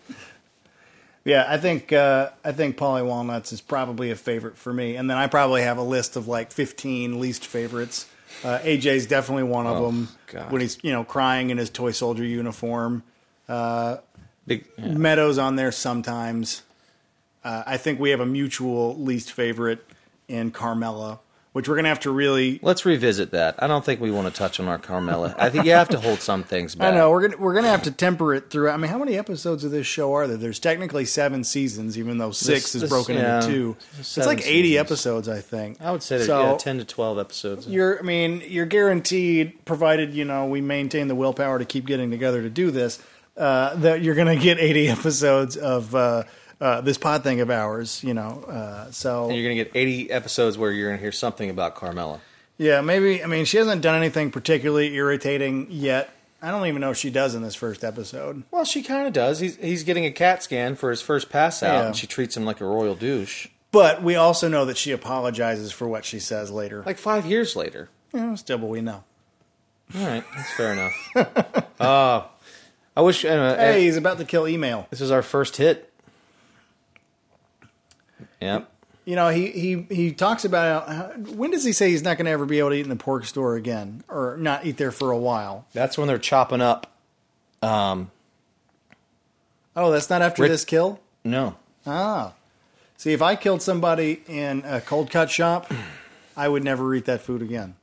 Yeah, I think uh, I think Polly Walnuts is probably a favorite for me, and then I probably have a list of like fifteen least favorites. Uh, AJ's definitely one of
Oh,
them
God.
when he's you know crying in his toy soldier uniform.
big. yeah.
Meadows on there sometimes. Uh, I think we have a mutual least favorite in Carmela, which we're gonna have to really.
Let's revisit that. I don't think we want to touch on our Carmela. I think you have to hold some things
I
back.
know we're gonna we're gonna have to temper it through. I mean, how many episodes of this show are there? There's technically seven seasons, even though six
This-
is
this-
broken
yeah,
into two. It's
seven
like eighty
seasons.
episodes, I think.
I would say that,
So-
yeah, ten to twelve episodes.
you're I mean, you're guaranteed, provided you know we maintain the willpower to keep getting together to do this, uh, that you're going to get 80 episodes of uh, uh, this pod thing of ours. You know, uh, so
And you're gonna get eighty episodes where you're gonna hear something about Carmela.
yeah, maybe I mean she hasn't done anything particularly irritating yet. I don't even know if she does in this first episode.
Well, she kind of does. He's he's getting a CAT scan for his first pass out,
Yeah.
and she treats him like a royal douche.
But we also know that she apologizes for what she says later.
Like five years later.
Yeah, still, but we know.
All right, that's fair enough. Uh, I wish. Uh,
Hey, he's about to kill email.
This is our first hit. Yep.
You know, he he he talks about how, when does he say he's not going to ever be able to eat in the pork store again, or not eat there for a while?
That's when they're chopping up.
Oh, that's not after
Rick-
this kill.
No.
Ah, see, if I killed somebody in a cold cut shop, I would never eat that food again.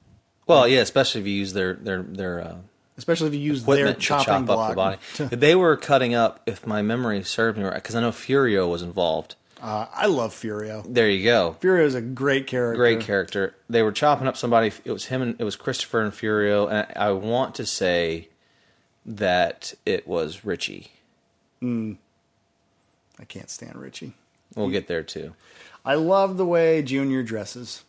Well, yeah, especially if you use their their their uh,
Especially if you use their
equipment to
chopping
chop up
block.
the body. they were cutting up, if my memory serves me right, because I know Furio was involved.
Uh, I love Furio.
There you go.
Furio's a great character.
Great character. They were chopping up somebody. It was him and it was Christopher and Furio. And I, I want to say that it was Richie.
I can't stand Richie.
We'll get there too.
I love the way Junior dresses.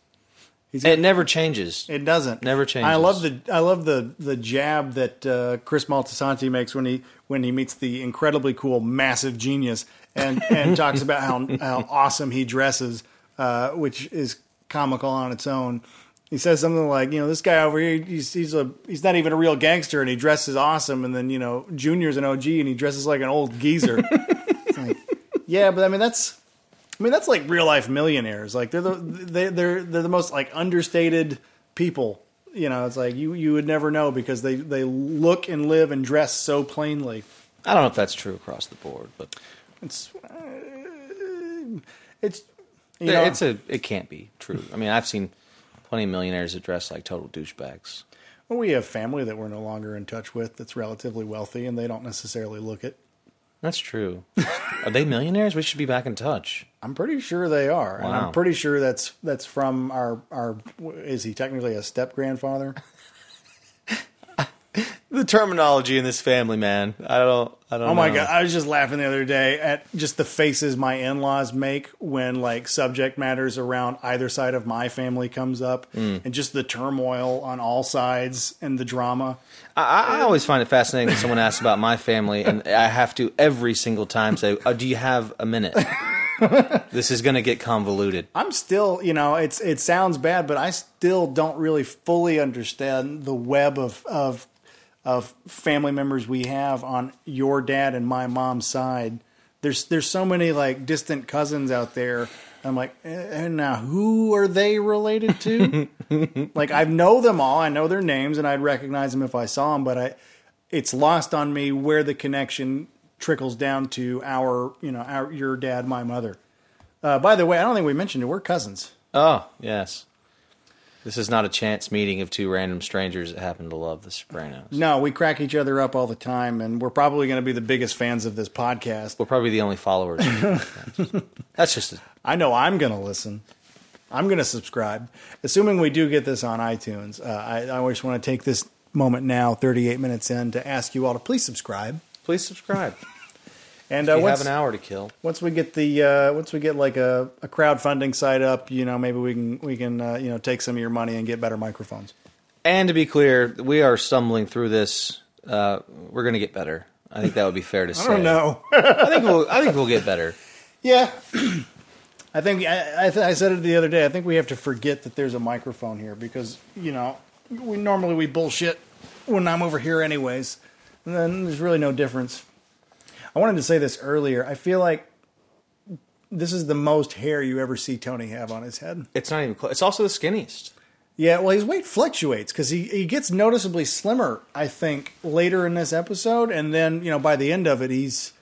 He's
It never changes.
It doesn't.
Never changes.
I love the I love the the jab that uh, Chris Maltasanti makes when he when he meets the incredibly cool massive genius and and talks about how how awesome he dresses, uh, which is comical on its own. He says something like, you know, this guy over here, he's, he's a he's not even a real gangster, and he dresses awesome. And then you know, Junior's an OG, and he dresses like an old geezer. It's like, yeah, but I mean that's. I mean that's like real life millionaires. Like they're the they, they're they're the most like understated people. You know, it's like you you would never know because they they look and live and dress so plainly.
I don't know if that's true across the board, but
It's uh, it's you
Yeah,
know,
it's a it can't be true. I mean, I've seen plenty of millionaires that dress like total douchebags.
well, we have family that we're no longer in touch with that's relatively wealthy and they don't necessarily look it.
That's true. Are they millionaires? We should be back in touch.
I'm pretty sure they are, and
Wow.
I'm pretty sure that's that's from our our. Is he technically a step grandfather?
The terminology in this family, man. I don't. I don't.
Oh my god! I was just laughing the other day at just the faces my in-laws make when like subject matters around either side of my family comes up, and just the turmoil on all sides and the drama.
I, I always find it fascinating when someone asks about my family, and I have to every single time say, oh, "Do you have a minute?" this is going to get convoluted.
I'm still, you know, it's it sounds bad, but I still don't really fully understand the web of of of family members we have on your dad and my mom's side. There's there's so many like distant cousins out there. I'm like, eh, eh, now who are they related to? like I know them all. I know their names, and I'd recognize them if I saw them. But I, it's lost on me where the connection trickles down to our, you know, our your dad, my mother. Uh, by the way, I don't think we mentioned it. We're cousins.
Oh yes, this is not a chance meeting of two random strangers that happen to love The Sopranos.
No, we crack each other up all the time, and we're probably going to be the biggest fans of this podcast.
We're probably the only followers. That's just a,
I know I'm going to listen. I'm going to subscribe, assuming we do get this on iTunes. Uh, I, I always want to take this moment now, 38 minutes in, to ask you all to please subscribe.
please subscribe.
And
You
uh,
have
once,
an hour to kill.
once we get the uh, once we get like a, a crowdfunding site up, you know, maybe we can we can uh, you know take some of your money and get better microphones.
And to be clear, we are stumbling through this. Uh, we're going to get better. I think that would be fair to say.
I don't know.
I think we'll. I think we'll get better.
Yeah. I think I, I, th- I said it the other day. I think we have to forget that there's a microphone here because you know we normally we bullshit when I'm over here anyways. And then there's really no difference. I wanted to say this earlier. I feel like this is the most hair you ever see Tony have on his head.
It's not even close. It's also the skinniest.
Yeah, well, his weight fluctuates because he, he gets noticeably slimmer, I think, later in this episode, and then you know by the end of it, he's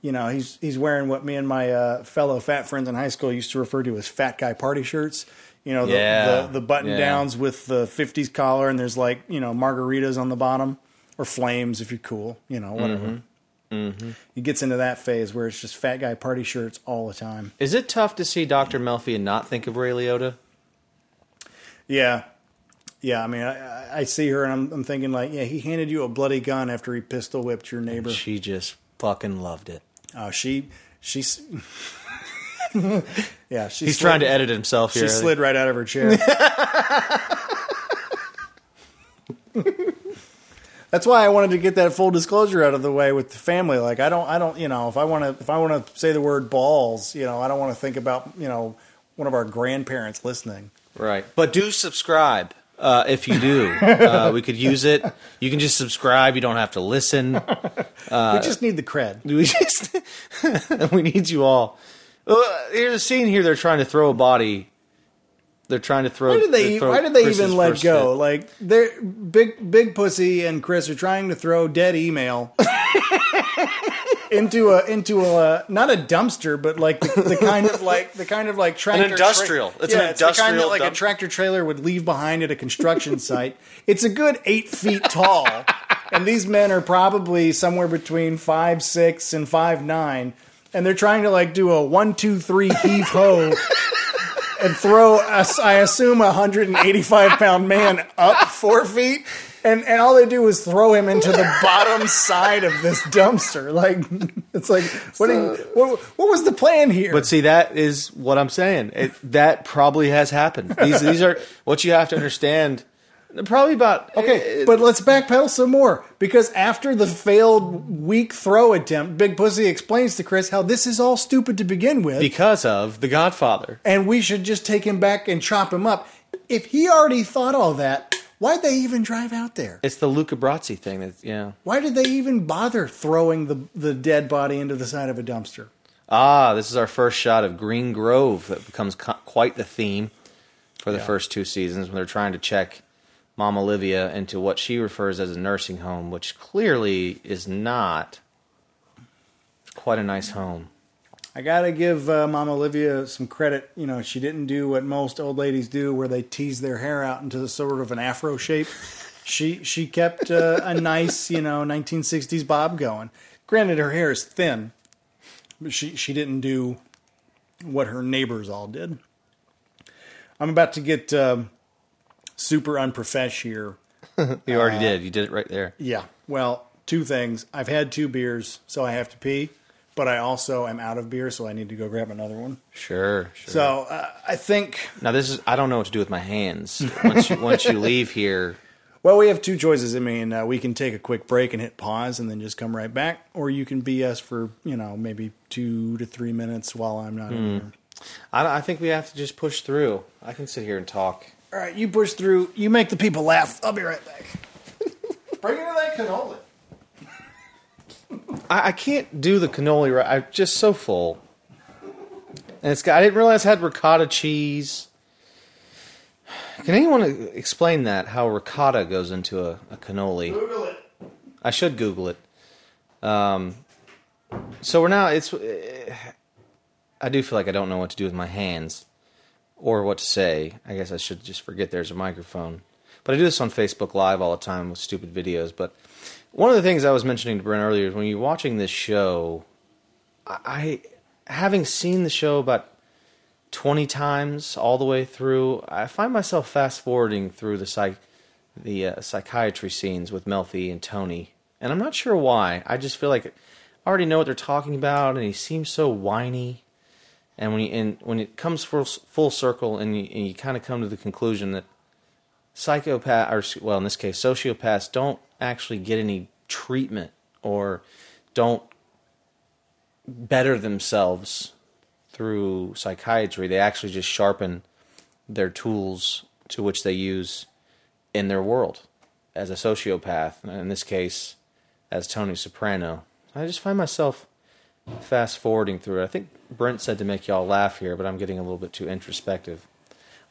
you know he's he's wearing what me and my uh, fellow fat friends in high school used to refer to as fat guy party shirts. You know the
Yeah,
the, the button
yeah.
downs with the '50s collar, and there's like you know margaritas on the bottom or flames if you're cool, you know whatever.
Mm-hmm.
He gets into that phase where it's just fat guy party shirts all the time.
Is it tough to see Doctor Melfi and not think of Ray Liotta?
Yeah. Yeah, I mean, I, I- I see her and I'm, I'm thinking, like, yeah, he handed you a bloody gun after he pistol whipped your neighbor.
She just fucking loved it.
Uh, she, she's. yeah, she slid-
He's trying to edit himself
She
here.
slid right out of her chair. That's why I wanted to get that full disclosure out of the way with the family. Like I don't, I don't, you know, if I want to, if I want to say the word balls, you know, I don't want to think about, you know, one of our grandparents listening.
Right. But do subscribe uh, if you do. uh, we could use it. You can just subscribe. You don't have to listen.
we just need the cred.
We just we need you all. Uh, Here's a scene here. They're trying to throw a body. They're trying to throw.
Why did they?
throw
Why did they
Chris's
even let
first
go?
hit.
Like they're big, big pussy and Chris are trying to throw dead email into a into a not a dumpster, but like the, the kind of like the kind of like tractor tra-
industrial. It's an
yeah, it's the kind that,
industrial
like a
dump-
tractor trailer would leave behind at a construction site. It's a good eight feet tall, and these men are probably somewhere between five six and five nine, and they're trying to like do a one two three heave ho and throw us, I assume, a 185 pound man up four feet. And, and all they do is throw him into the bottom side of this dumpster. Like it's like what, do you- what what was the plan here?
But see, that is what I'm saying. It, that probably has happened. These these are what you have to understand. Probably about
okay,
eh,
but let's backpedal some more because after the failed weak throw attempt, Big Pussy explains to Chris how this is all stupid to begin with.
because of the Godfather.
and we should just take him back and chop him up. If he already thought all that, why'd they even drive out there?
It's the Luca Brasi thing. That yeah.
Why did they even bother throwing the, the dead body into the side of a dumpster?
Ah, this is our first shot of Green Grove that becomes co- quite the theme for the first two seasons when they're trying to check Mom Olivia into what she refers as a nursing home, which clearly is not. It's quite a nice home.
I gotta give uh, Mom Olivia some credit. You know, she didn't do what most old ladies do, where they tease their hair out into sort of an afro shape. She she kept uh, a nice, you know, 1960s bob going. Granted, her hair is thin, but she she didn't do what her neighbors all did. I'm about to get um, super unprofesh here.
You already
Uh-huh.
did. You did it right there.
Yeah. Well, two things. I've had two beers, so I have to pee, but I also am out of beer, so I need to go grab another one.
Sure, sure.
So uh, I think.
now this is I don't know what to do with my hands. Once you once you leave here,
Well, we have two choices. I mean, uh, we can take a quick break and hit pause, and then just come right back, or you can BS for you know maybe two to three minutes while I'm not in here.
I, I think we have to just push through. I can sit here and talk.
All right, you push through. You make the people laugh. I'll be right back. Bring her that cannoli.
I, I can't do the cannoli right. I'm just so full. And it's got, I didn't realize it had ricotta cheese. Can anyone explain that? How ricotta goes into a, a cannoli? Google it. I should Google it. Um, so we're now. It's. eh, I do feel like I don't know what to do with my hands, or what to say. I guess I should just forget there's a microphone. But I do this on Facebook Live all the time with stupid videos. But one of the things I was mentioning to Brent earlier is when you're watching this show, I, I having seen the show about 20 times all the way through, I find myself fast forwarding through the psych, the uh, psychiatry scenes with Melfi and Tony, and I'm not sure why. I just feel like I already know what they're talking about, and he seems so whiny. And when you, and when it comes full, full circle, and you, and you kind of come to the conclusion that psychopath or well in this case sociopaths don't actually get any treatment or don't better themselves through psychiatry they actually just sharpen their tools to which they use in their world as a sociopath in this case as tony soprano i just find myself fast forwarding through it i think brent said to make y'all laugh here but i'm getting a little bit too introspective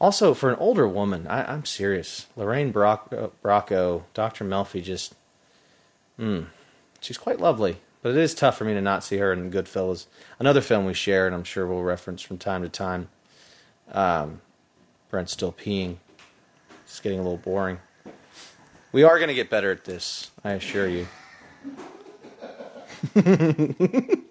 also, for an older woman, I, I'm serious. Lorraine Bracco, Bracco Dr. Melfi, just, mm, she's quite lovely. But it is tough for me to not see her in Goodfellas, another film we share, and I'm sure we'll reference from time to time. Um, Brent's still peeing. It's getting a little boring. We are going to get better at this, I assure you.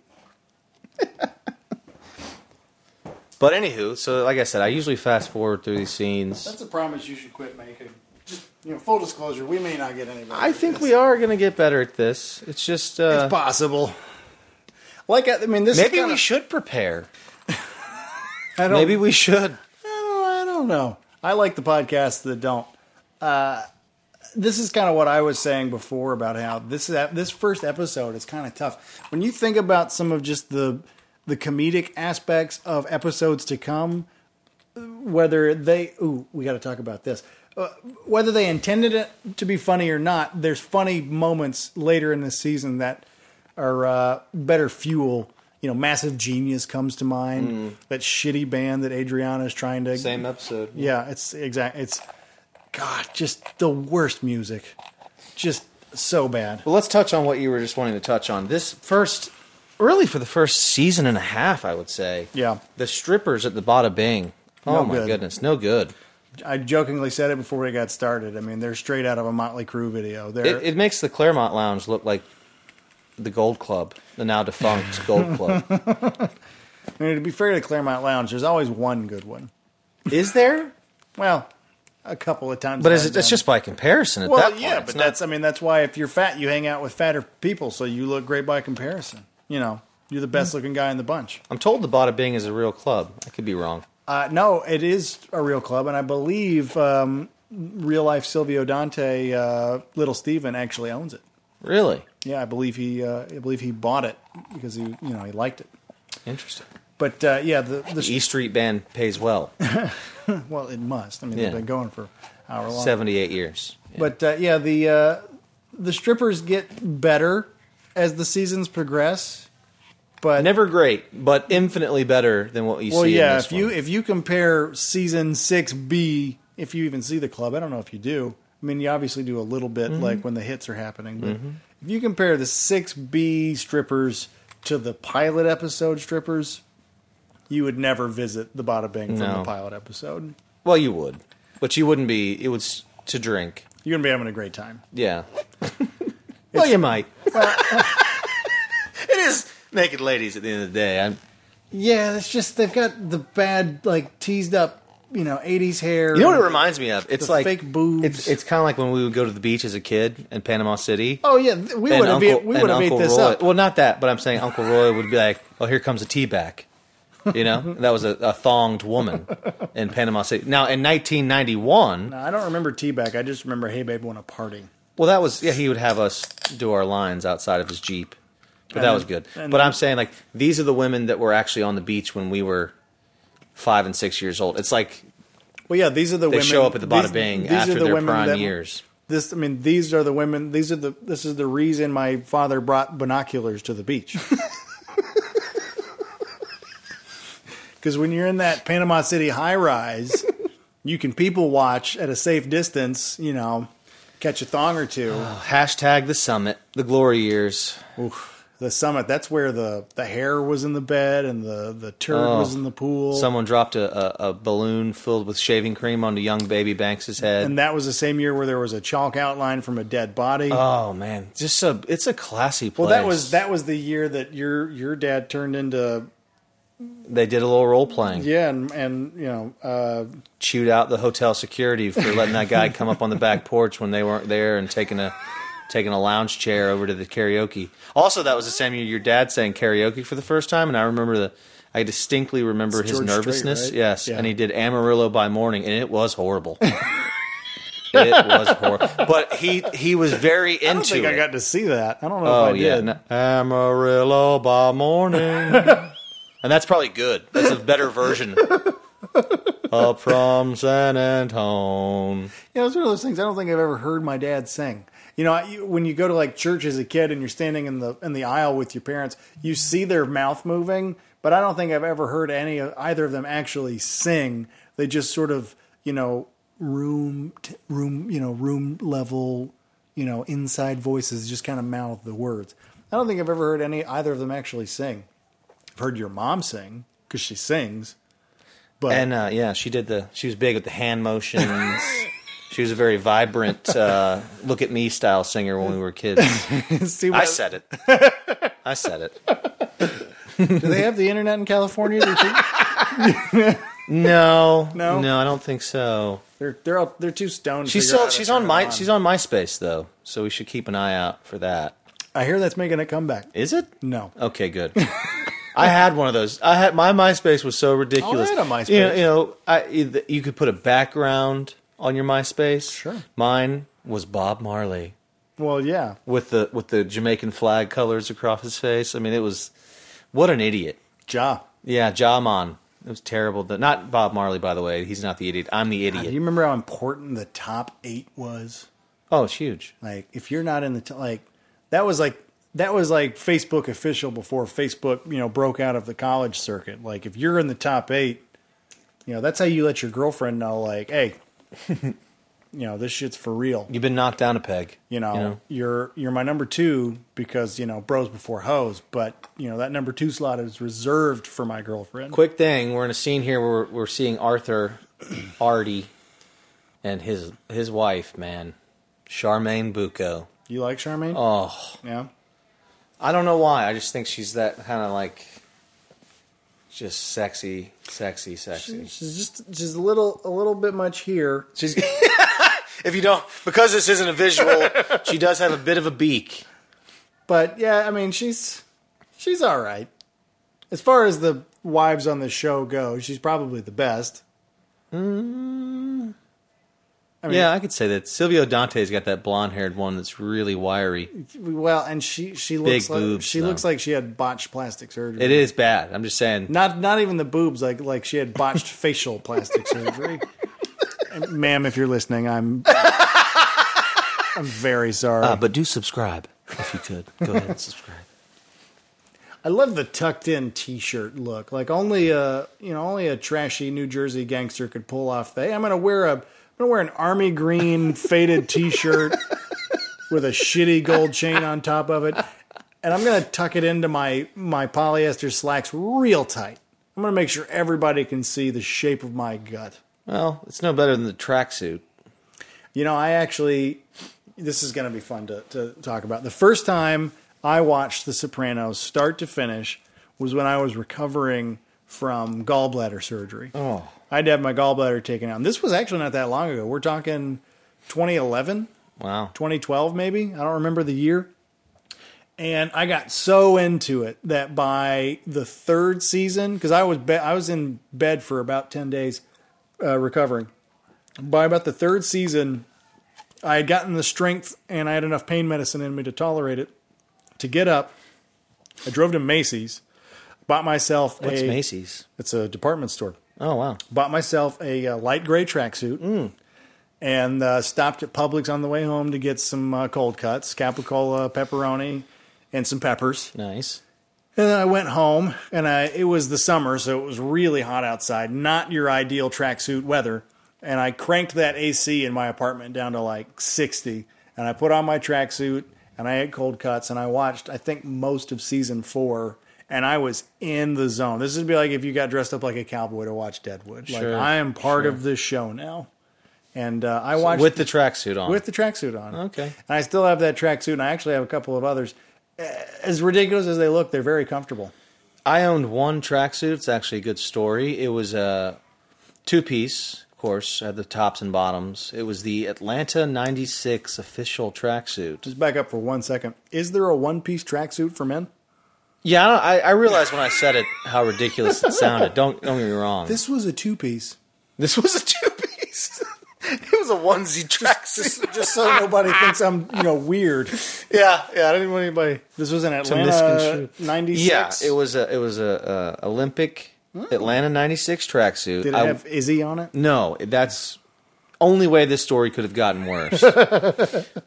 But anywho, so like I said, I usually fast forward through these scenes.
That's a promise you should quit making. Just you know, full disclosure, we may not get any. better
I
at
think
this.
we are going to get better at this. It's just uh,
It's possible. Like I, I mean, this is
maybe
kinda-
we should prepare.
I don't-
Maybe we should.
I don't, I don't know. I like the podcasts that don't. Uh, this is kind of what I was saying before about how this is this first episode is kind of tough. When you think about some of just the the comedic aspects of episodes to come, whether they ooh, we got to talk about this. Uh, whether they intended it to be funny or not, there's funny moments later in the season that are uh, better fuel. You know, massive genius comes to mind. That shitty band that Adriana is trying to
Mm. Same episode.
yeah, it's exact. It's God, just the worst music, just so bad.
Well, let's touch on what you were just wanting to touch on. This first, really for the first season and a half, I would say.
Yeah.
The strippers at the Bada Bing. Oh
No
my
good.
goodness, no good.
I jokingly said it before we got started. I mean, they're straight out of a Motley Crue video. They're
It, it makes the Claremont Lounge look like the Gold Club, the now defunct Gold Club.
I mean, to be fair to Claremont Lounge, there's always one good one.
Is there?
Well, a couple of times,
But is
I've
it? It's
done.
just by comparison at
well,
that point.
yeah.
It's
But
not-
that's I mean, that's why if you're fat, you hang out with fatter people, so you look great by comparison. You know, you're the best
Hmm.
looking guy in the bunch.
I'm told the Bada Bing is a real club. I could be wrong.
Uh, no, it is a real club, and I believe um, real life Silvio Dante, uh, Little Steven, actually owns it.
Really
Yeah, I believe he, uh, I believe he bought it because he, you know, he liked it.
interesting.
But uh, yeah, the,
The
the
E Street Band pays well.
well, it must. I mean,
Yeah.
they've been going for hour long.
Seventy-eight years.
But uh, yeah, the uh, the strippers get better as the seasons progress. But
Never great, but infinitely better than what you
well,
see. in
yeah,
this
if you
one.
if you compare season six B, if you even see the club, I don't know if you do. I mean, you obviously do a little bit, like when the hits are happening. But if you compare the six B strippers to the pilot episode strippers, you would never visit the Bada Bing from
No.
the pilot episode.
Well, you would, but you wouldn't be. It was to drink.
You're gonna be having a great time.
Yeah. well, you might. it is naked ladies at the end of the day. I'm,
Yeah, it's just they've got the bad, like teased up, you know, '80s hair.
you know what it reminds me of? It's
The
like
fake boobs.
It's, it's kind of like when we would go to the beach as a kid in Panama City.
Oh yeah, th- we
and
would have beat,
Uncle-
we
and
would have beat
Uncle
this
Roy,
up.
Well, not that, but I'm saying Uncle Roy would be like, "Oh, here comes a tea back." You know, And that was a, a thonged woman in Panama City. Now, in 1991,
I don't remember T-Back. I just remember Hey Babe want a party.
Well, that was yeah. He would have us do our lines outside of his jeep, but that
And-
was good.
and-
But I'm saying like these are the women that were actually on the beach when we were five and six years old. It's like
Well, yeah, these are the
they
women.
show up at the Bada
these-
Bing
these are
after
the
their
women
prime
that-
years.
This, I mean, these are the women. These are the. This is the reason my father brought binoculars to the beach. Because when you're in that Panama City high rise, you can people watch at a safe distance. You know, catch a thong or two.
Ah. Oh, Hashtag the summit, the glory years.
the summit. That's where the the hair was in the bed and the the turd
Oh.
was in the pool.
Someone dropped a, a, a balloon filled with shaving cream onto young baby Banks's head.
and that was the same year where there was a chalk outline from a dead body.
oh man, just a it's a classy place.
well, that was that was the year that your your dad turned into
They did a little role playing.
yeah, and, and you know uh,
chewed out the hotel security for letting that guy come up on the back porch when they weren't there and taking a taking a lounge chair over to the karaoke. Also, that was the same year your dad sang karaoke for the first time, and I remember the I distinctly remember
It's
his
George Strait,
nervousness.
right?
Yes,
Yeah.
and he did Amarillo by morning, and it was horrible. it was horrible, but he he was very into
I don't think
it.
I got to see that. I don't know
oh
if I
yeah,
did.
no- Amarillo by morning, and that's probably good. That's a better version. Up from San Antone.
Yeah, it was one of those things I don't think I've ever heard my dad sing. You know, I- you- when you go to like church as a kid and you're standing in the in the aisle with your parents, you see their mouth moving, but I don't think I've ever heard any of either of them actually sing. They just sort of, you know, room t- room, you know, room level, you know, inside voices just kind of mouth the words. I don't think I've ever heard any either of them actually sing. I've heard your mom sing because she sings, but
And uh, yeah, she did the. She was big with the hand motions. she was a very vibrant, uh, look at me style singer when we were kids.
see
I
what,
said it. I said it.
do they have the internet in California? They think-
No,
No?
no, I don't think so.
They're they're all, they're too stoned. to
She's
figure out
still
how to
she's
turn
on
it
my she's on MySpace though, so we should keep an eye out for that.
I hear that's making a comeback.
Is it?
No,
Okay, good. I had one of those. I had my MySpace was so ridiculous.
Oh, I had a MySpace.
You know, you know, I you could put a background on your MySpace.
Sure.
Mine was Bob Marley
Well, yeah.
with the with the Jamaican flag colors across his face. I mean, it was what an idiot.
Ja.
Yeah, Jamon. It was terrible. The- Not Bob Marley, by the way. He's not the idiot. I'm the
Do
idiot.
you remember how important the top eight was?
oh, it's huge.
Like, if you're not in the t- like, that was like that was like Facebook official before Facebook, you know, broke out of the college circuit. Like, if you're in the top eight, you know, that's how you let your girlfriend know, like, hey, you know, this shit's for real.
You've been knocked down a peg.
You know, you
know?
are you're my number two because you know bros before hoes, but you know that number two slot is reserved for my girlfriend.
Quick thing. We're in a scene here where we're, we're seeing Arthur, Artie, and his his wife, man, Charmaine Bucco.
You like Charmaine?
Oh,
yeah.
I don't know why. I just think she's that kind of like, just sexy, sexy, sexy.
She's just she's a little a little bit much here.
She's
If you don't, because this isn't a visual,
she does have a bit of a beak.
But yeah, I mean she's she's all right. As far as the wives on the show go, she's probably the best.
yeah, I could say that. Silvio Dante's got that blonde-haired one that's really wiry.
Well, and she she looks like
boobs,
she
though.
looks like she had botched plastic surgery.
It is bad. I'm just saying.
Not not even the boobs like like she had botched facial plastic surgery. And, Ma'am, if you're listening, I'm I'm very sorry.
Uh, but do subscribe if you could. Go ahead and subscribe.
I love the tucked in t-shirt look. Like only a you know only a trashy New Jersey gangster could pull off that. Hey, I'm gonna wear a I'm gonna wear an army green faded t-shirt with a shitty gold chain on top of it, and I'm gonna tuck it into my my polyester slacks real tight. I'm gonna make sure everybody can see the shape of my gut.
Well, it's no better than the tracksuit.
You know, I actually, this is going to be fun to, to talk about. The first time I watched The Sopranos start to finish was when I was recovering from gallbladder surgery. Oh. I had to have my gallbladder taken out. And this was actually not that long ago. We're talking 2011,
Wow.
2012, maybe. I don't remember the year. And I got so into it that by the third season, because I was be- I was in bed for about ten days uh, recovering. By about the third season, I had gotten the strength and I had enough pain medicine in me to tolerate it. To get up, I drove to Macy's, bought myself
What's
a
Macy's?
it's a department store
Oh, wow.
bought myself a uh, light gray tracksuit and uh, stopped at Publix on the way home to get some uh, cold cuts, capicola, pepperoni, and some peppers.
Nice.
And then I went home, and I it was the summer, so it was really hot outside. Not your ideal tracksuit weather. And I cranked that AC in my apartment down to like 60, and I put on my tracksuit, and I had cold cuts, and I watched I think most of season four, and I was in the zone. This would be like if you got dressed up like a cowboy to watch Deadwood. Like
Sure,
I am part of this show now, and uh, I watched
With the tracksuit on.
with the tracksuit on.
Okay.
And I still have that tracksuit, and I actually have a couple of others. Eh, As ridiculous as they look, they're very comfortable.
I owned one tracksuit. It's actually a good story. It was a two piece, of course, at the tops and bottoms. It was the Atlanta 96 official tracksuit.
Just back up for one second. Is there a one piece tracksuit for men?
Yeah, I, don't- I, I realized when I said it how ridiculous it sounded. Don't, don't get me wrong. This,
This was a two piece.
was a
two piece. It was a onesie tracksuit.
Just so nobody thinks I'm, you know, weird.
yeah, yeah. I didn't want anybody.
This was an Atlanta
misconstrue. Yeah,
'96.
it was a it was a, uh Olympic Atlanta '96 tracksuit.
Did it
I-
have Izzy on it?
no, that's only way this story could have gotten worse.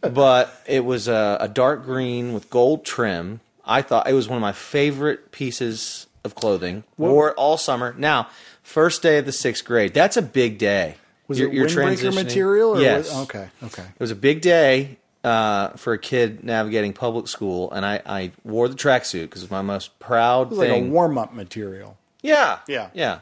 but it was a, a dark green with gold trim. I thought it was one of my favorite pieces of clothing. Wore it all summer. Now, first day of the sixth grade. That's a big day.
Was
You're-
it
you're
windbreaker
transitioning.
material? Or
yes.
Was, okay. Okay.
It was a big day uh, for a kid navigating public school, and I, I wore the tracksuit because it was my most proud
It was like
thing.
a warm up material,
yeah,
Yeah.
yeah.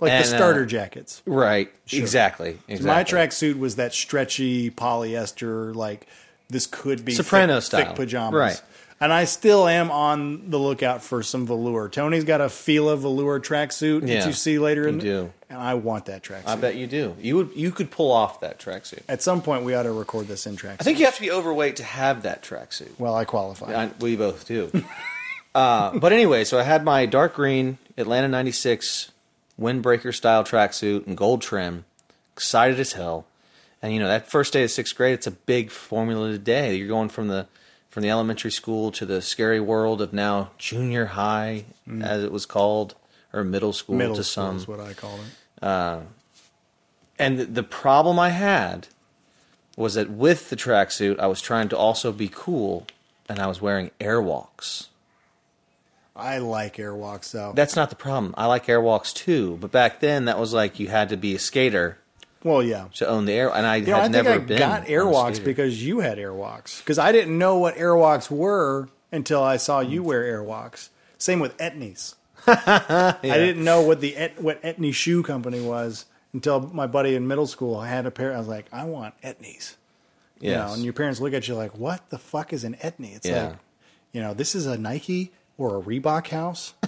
like
And,
the
uh,
starter jackets.
right? Exactly. exactly.
My tracksuit was that stretchy polyester, like this could be
Soprano
thick,
style.
thick pajamas.
Right.
And I still am on the lookout for some velour. Tony's got a Fila velour tracksuit
Yeah,
that you see later in
you do.
and I want that tracksuit.
I bet you do. You would. You could pull off that tracksuit.
At some point, we ought to record this in tracksuit.
I think you have to be overweight to have that tracksuit.
well, I qualify.
I, we both do. uh, but anyway, so I had my dark green Atlanta 96 windbreaker style tracksuit and gold trim, excited as hell. And you know that first day of sixth grade, it's a big formula day. You're going from the from the elementary school to the scary world of now junior high, as it was called, or middle school
Middle
to
school
some.
is what I call it.
And th- the problem I had was that with the tracksuit, I was trying to also be cool, and I was wearing airwalks.
I like airwalks though.
That's not the problem. I like airwalks too, but back then that was like you had to be a skater
well, yeah.
to own the air, and I
You know,
had
I think
never
I
been
got
a
airwalks
skater.
because you had airwalks. Because I didn't know what airwalks were until I saw you wear airwalks. Same with Etnies. I didn't know what the Et- what Etney shoe company was until my buddy in middle school had a pair. I was like, I want Etnies. You know,
Yes.
and your parents look at you like, what the fuck is an Etney? It's
Yeah.
like, you know, this is a Nike or a Reebok house.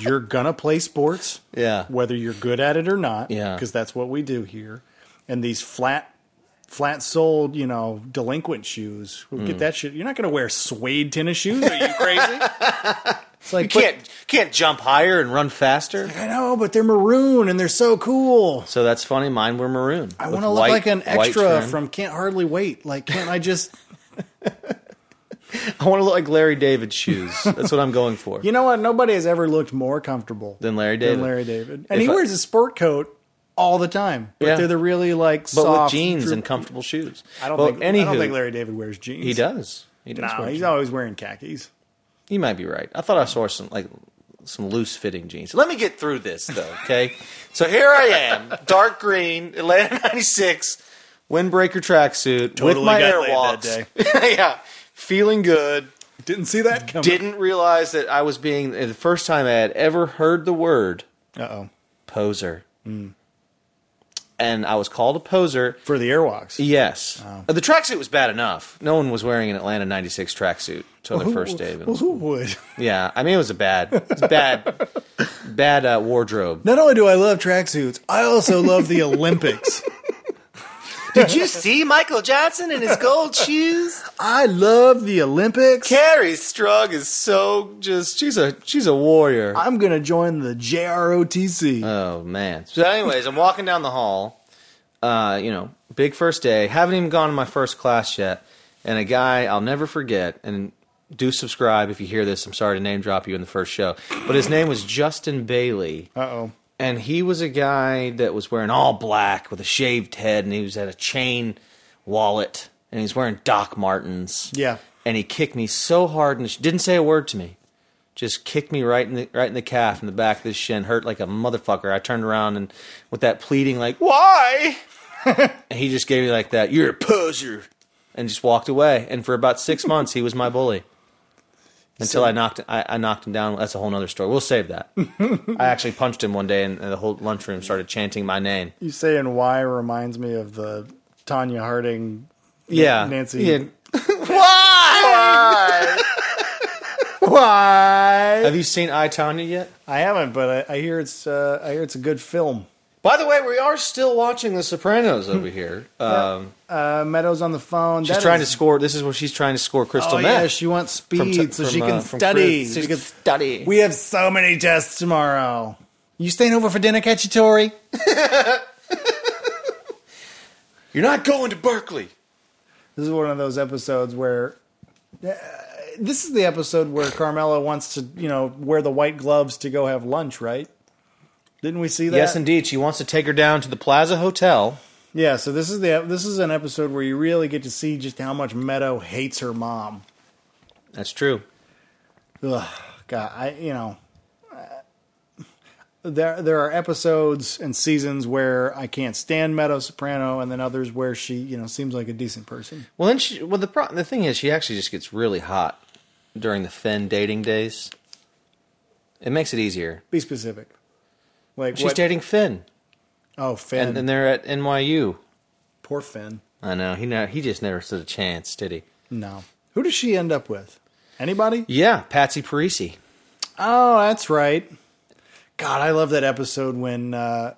you're gonna play sports,
Yeah.
whether you're good at it or not,
Yeah.
because that's what we do here. And these flat, flat-soled, you know, delinquent shoes. Well,
Mm.
Get that shit. You're not gonna wear suede tennis shoes, are you crazy?
It's like,
You can't-
but- can't jump higher and run faster.
I know, but they're maroon and they're so cool.
So that's funny. Mine were maroon.
I
with
want to look
white-
like an
white
extra
trim.
from Can't Hardly Wait. Like, can't I just?
I want to look like Larry David shoes. That's what I'm going for.
You know what? Nobody has ever looked more comfortable
Than Larry David.
Than Larry David, and
If
he
I-
wears a sport coat all the time. But
Yeah.
they're the really like
but
soft
with jeans
droop-
and comfortable shoes.
I don't
Well,
think. I don't think Larry David wears jeans.
He does. He does.
No,
wear
he's
jeans.
always wearing khakis.
He might be right. I thought I saw some like some loose fitting jeans. Let me get through this though, okay? so here I am, dark green, Atlanta '96, windbreaker tracksuit with my airwalks. yeah, feeling good.
Didn't see that coming.
Didn't realize that I was being the first time I had ever heard the word
Uh oh.
poser. And I was called a poser.
For the airwalks.
Yes. The tracksuit was bad enough. No one was wearing an Atlanta 96 tracksuit till their first day. of
Well, who would?
yeah, I mean, it was a bad, it was a bad, bad uh, wardrobe.
Not only do I love tracksuits, I also love the Olympics.
Did you see Michael Johnson in his gold shoes?
I love the Olympics.
Carrie Strug is so just, she's a, she's a warrior.
I'm gonna join the JROTC.
Oh man. So, anyways, I'm walking down the hall. Uh, you know, big first day. Haven't even gone to my first class yet. And a guy I'll never forget. And do subscribe if you hear this. I'm sorry to name drop you in the first show, but his name was Justin Bailey.
Uh oh.
and he was a guy that was wearing all black with a shaved head and he was had a chain wallet and he's wearing doc martens
Yeah.
and he kicked me so hard and sh- didn't say a word to me just kicked me right in the right in the calf in the back of the shin hurt like a motherfucker i turned around and with that pleading like why and he just gave me like that you're a poser and just walked away and for about six months he was my bully until I knocked I, I knocked him down. That's a whole nother story. We'll save that. I actually punched him one day, and, and the whole lunchroom started chanting my name.
You saying why reminds me of the Tanya Harding.
Yeah,
Nancy.
Yeah. Why?
Why?
Have you seen I Tanya yet?
I haven't, but I, I hear it's. Uh, I hear it's a good film.
By the way, we are still watching The Sopranos over here. Um,
Uh, Meadows on the phone.
she's
Hmm. That
trying
is-
to score. This is where she's trying to score crystal
Oh
meth.
yeah, she wants speed
From t-
so
from,
she can
uh, from
study.
Chris.
She
She
can-
can study.
We have so many tests tomorrow. You staying over for dinner, catchy Tori?
You're not going to Berkeley.
This is one of those episodes where. uh, This is the episode where Carmela wants to, you know, wear the white gloves to go have lunch, right? Didn't we see that?
Yes, indeed. She wants to take her down to the Plaza Hotel.
Yeah, so this is the this is an episode where you really get to see just how much Meadow hates her mom.
That's true.
Ugh, God, I you know, uh, there there are episodes and seasons where I can't stand Meadow Soprano, and then others where she you know seems like a decent person.
Well, then she. Well, the pro- the thing is, she actually just gets really hot during the Finn dating days. It makes it easier.
Be specific. Like
She's
what?
dating Finn,
oh, Finn.
and, and they're at NYU.
Poor Finn.
I know he ne- he just never stood a chance, did he?
No. Who does she end up with? Anybody?
Yeah, Patsy Parisi.
Oh, that's right. God, I love that episode when uh,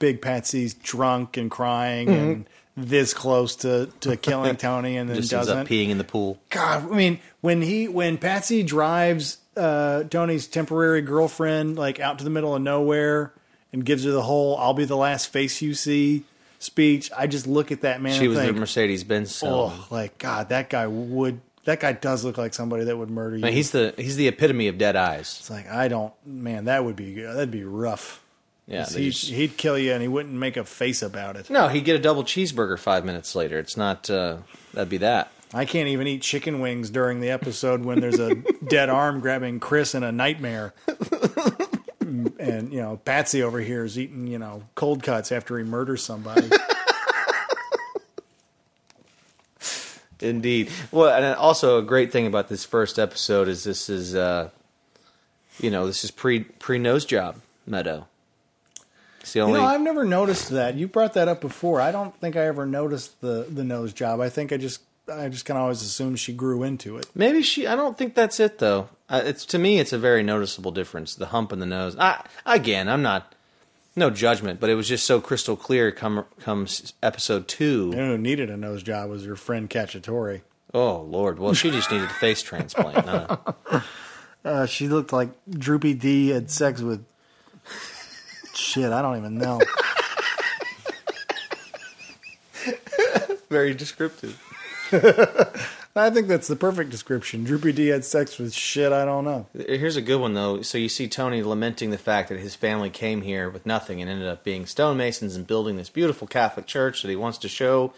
Big Patsy's drunk and crying
Mm-hmm.
and this close to, to killing Tony and then
Just ends up
doesn't.
peeing in the pool.
God, I mean, when he when Patsy drives uh, Tony's temporary girlfriend like out to the middle of nowhere and gives her the whole "I'll be the last face you see," speech. I just look at that man.
She
and
was the
think,
Mercedes Benz salesman.
oh, like God, that guy would. That guy does look like somebody that would murder you.
Man, he's the he's the epitome of dead eyes.
it's like I don't, man. That would be that'd be rough.
Yeah, they
He'd,
just-
he'd kill you, and he wouldn't make a face about it.
no, he'd get a double cheeseburger five minutes later. It's not uh, that'd be that.
I can't even eat chicken wings during the episode when there's a dead arm grabbing Chris in a nightmare. and, you know, Patsy over here is eating, you know, cold cuts after he murders somebody.
Indeed. Well, and also a great thing about this first episode is this is, uh, you know, this is pre pre nose job Meadow. It's the
you
only.
know, I've never noticed that. You brought that up before. I don't think I ever noticed the, the nose job. I think I just I just kind of always assumed she grew into it.
maybe she. I don't think that's it though. Uh, it's to me, it's a very noticeable difference. The hump in the nose. I again, I'm not no judgment, but it was just so crystal clear. Come come s- episode two.
You know who needed a nose job was your friend Cacciatore.
Oh Lord. Well, she just needed a face transplant. huh?
Uh, she looked like Droopy D had sex with shit. I don't even know.
Very descriptive.
I think that's the perfect description. Droopy D had sex with shit. I don't know.
Here's a good one though. So you see Tony lamenting the fact that his family came here with nothing and ended up being stonemasons and building this beautiful Catholic church that he wants to show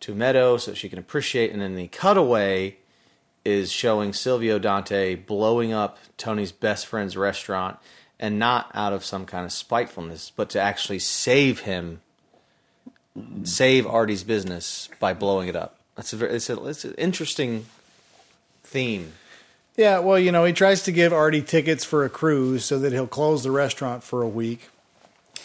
to Meadow so she can appreciate. And then the cutaway is showing Silvio Dante blowing up Tony's best friend's restaurant, and not out of some kind of spitefulness, but to actually save him, save Artie's business by blowing it up. That's a very, it's, a, it's an interesting theme.
Yeah, well, you know, he tries to give Artie tickets for a cruise so that he'll close the restaurant for a week.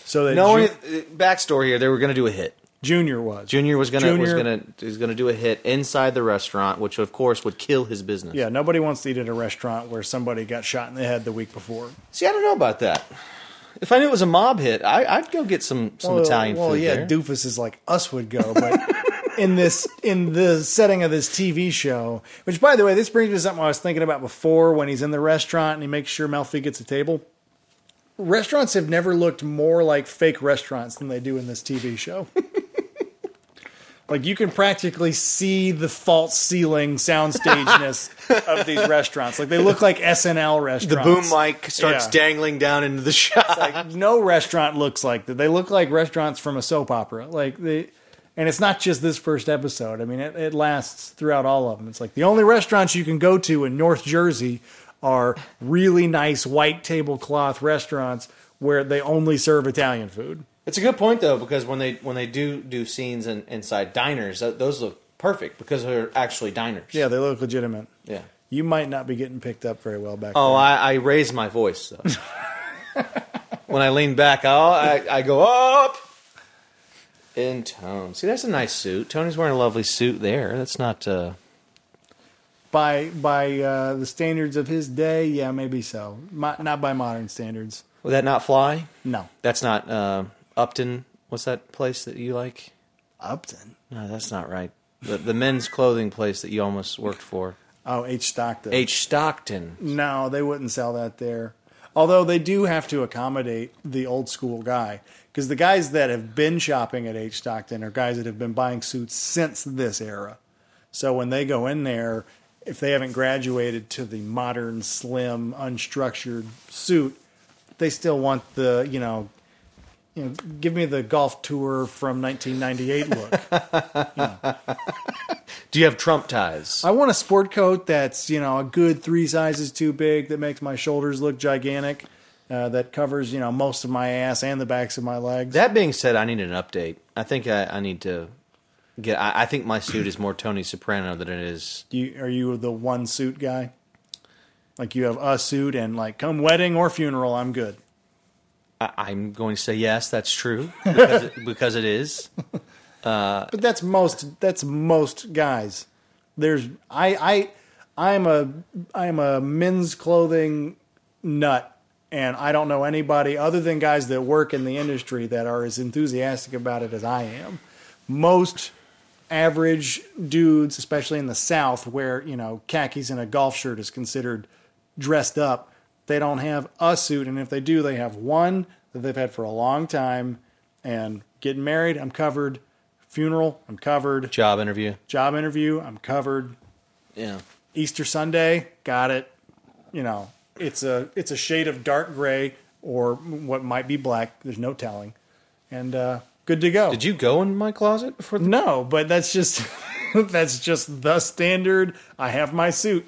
So that
No,
Ju-
backstory here. They were going to do a hit.
Junior was.
Junior was going to was
Junior-
going to was going to do a hit inside the restaurant, which of course would kill his business.
Yeah, nobody wants to eat at a restaurant where somebody got shot in the head the week before.
See, I don't know about that. If I knew it was a mob hit, I, I'd go get some some
well,
Italian
well,
food
yeah,
there.
doofus is like us would go, but in this in the setting of this TV show, which by the way, this brings me to something I was thinking about before when he's in the restaurant and he makes sure Melfi gets a table. Restaurants have never looked more like fake restaurants than they do in this TV show. like you can practically see the false ceiling soundstageness of these restaurants. Like they look like SNL
the
restaurants.
boom mic starts
Yeah.
dangling down into the shot.
Like, no restaurant looks like that. They look like restaurants from a soap opera. Like they, and it's not just this first episode. I mean, it, it lasts throughout all of them. It's like the only restaurants you can go to in North Jersey are really nice white tablecloth restaurants where they only serve Italian food.
It's a good point though, because when they when they do do scenes in, inside diners, th- those look perfect because they're actually diners.
Yeah, they look legitimate.
yeah.
You might not be getting picked up very well back.
Oh,
there.
I, I raise my voice though. when I lean back, I'll, I I go up in tone. See, that's a nice suit. Tony's wearing a lovely suit there. That's not. Uh,
by by uh, the standards of his day, yeah, maybe so. Mo- not by modern standards.
would that not fly?
No,
That's not uh, Upton. What's that place that you like?
Upton.
No, that's not right. The, the men's clothing place that you almost worked for,
Oh, H. Stockton.
H. Stockton.
No, they wouldn't sell that there. Although they do have to accommodate the old school guy because the guys that have been shopping at H Stockton are guys that have been buying suits since this era. So when they go in there, if they haven't graduated to the modern, slim, unstructured suit, they still want the you know, you know, give me the golf tour from 1998 look.
Do you have Trump ties?
I want a sport coat that's you know a good three sizes too big that makes my shoulders look gigantic, uh, that covers you know most of my ass and the backs of my legs.
That being said, I need an update. I think I, I need to get. I, I think my suit is more Tony Soprano than it is
you, are you the one suit guy? Like you have a suit and like come wedding or funeral, I'm good.
I- I'm going to say yes. That's true because it, because it is.
But that's most that's most guys. There's I I I'm a I'm a men's clothing nut and I don't know anybody other than guys that work in the industry that are as enthusiastic about it as I am. Most average dudes, especially in the South where, you know, khakis and a golf shirt is considered dressed up, they don't have a suit and if they do, they have one that they've had for a long time and getting married, I'm covered. Funeral, I'm covered.
Job interview.
Job interview, I'm covered.
Yeah.
Easter Sunday, got it. You know, it's a it's a shade of dark gray or what might be black. There's no telling, and uh, good to go.
Did you go in my closet before? The-
No, but that's just that's just the standard. I have my suit.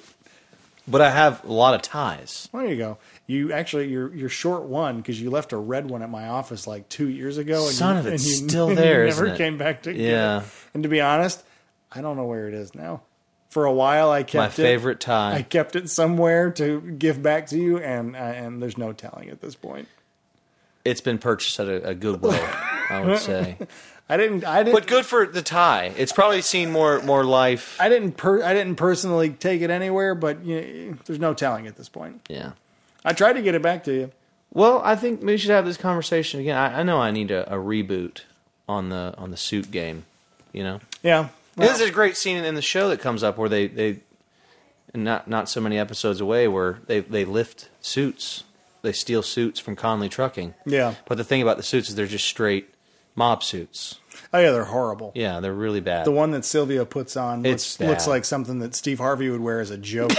but I have a lot of ties.
There you go. You actually you're you're short one because you left a red one at my office like two years ago. And
Son
you,
of a-
and
it's
you,
still
and
there,
You
isn't
never
it?
came back to get it.
Yeah.
And to be honest, I don't know where it is now. For a while, I kept
My
it-
favorite tie.
I kept it somewhere to give back to you, and uh, and there's no telling at this point.
it's been purchased at a, a Goodwill, I would say.
I didn't. I didn't.
But good for the tie. It's probably seen more more life.
I didn't. Per, I didn't personally take it anywhere, but you know, there's no telling at this point.
Yeah.
I tried to get it back to you.
Well, I think we should have this conversation again. I, I know I need a, a reboot on the on the suit game. You know,
Yeah.
there's a great scene in the show that comes up where they they, and not not so many episodes away where they they lift suits, they steal suits from Conley Trucking.
Yeah.
But the thing about the suits is they're just straight mob suits.
Oh yeah, they're horrible.
Yeah, they're really bad.
The one that Sylvia puts on
It's
looks, looks
bad.
like something that Steve Harvey would wear as a joke.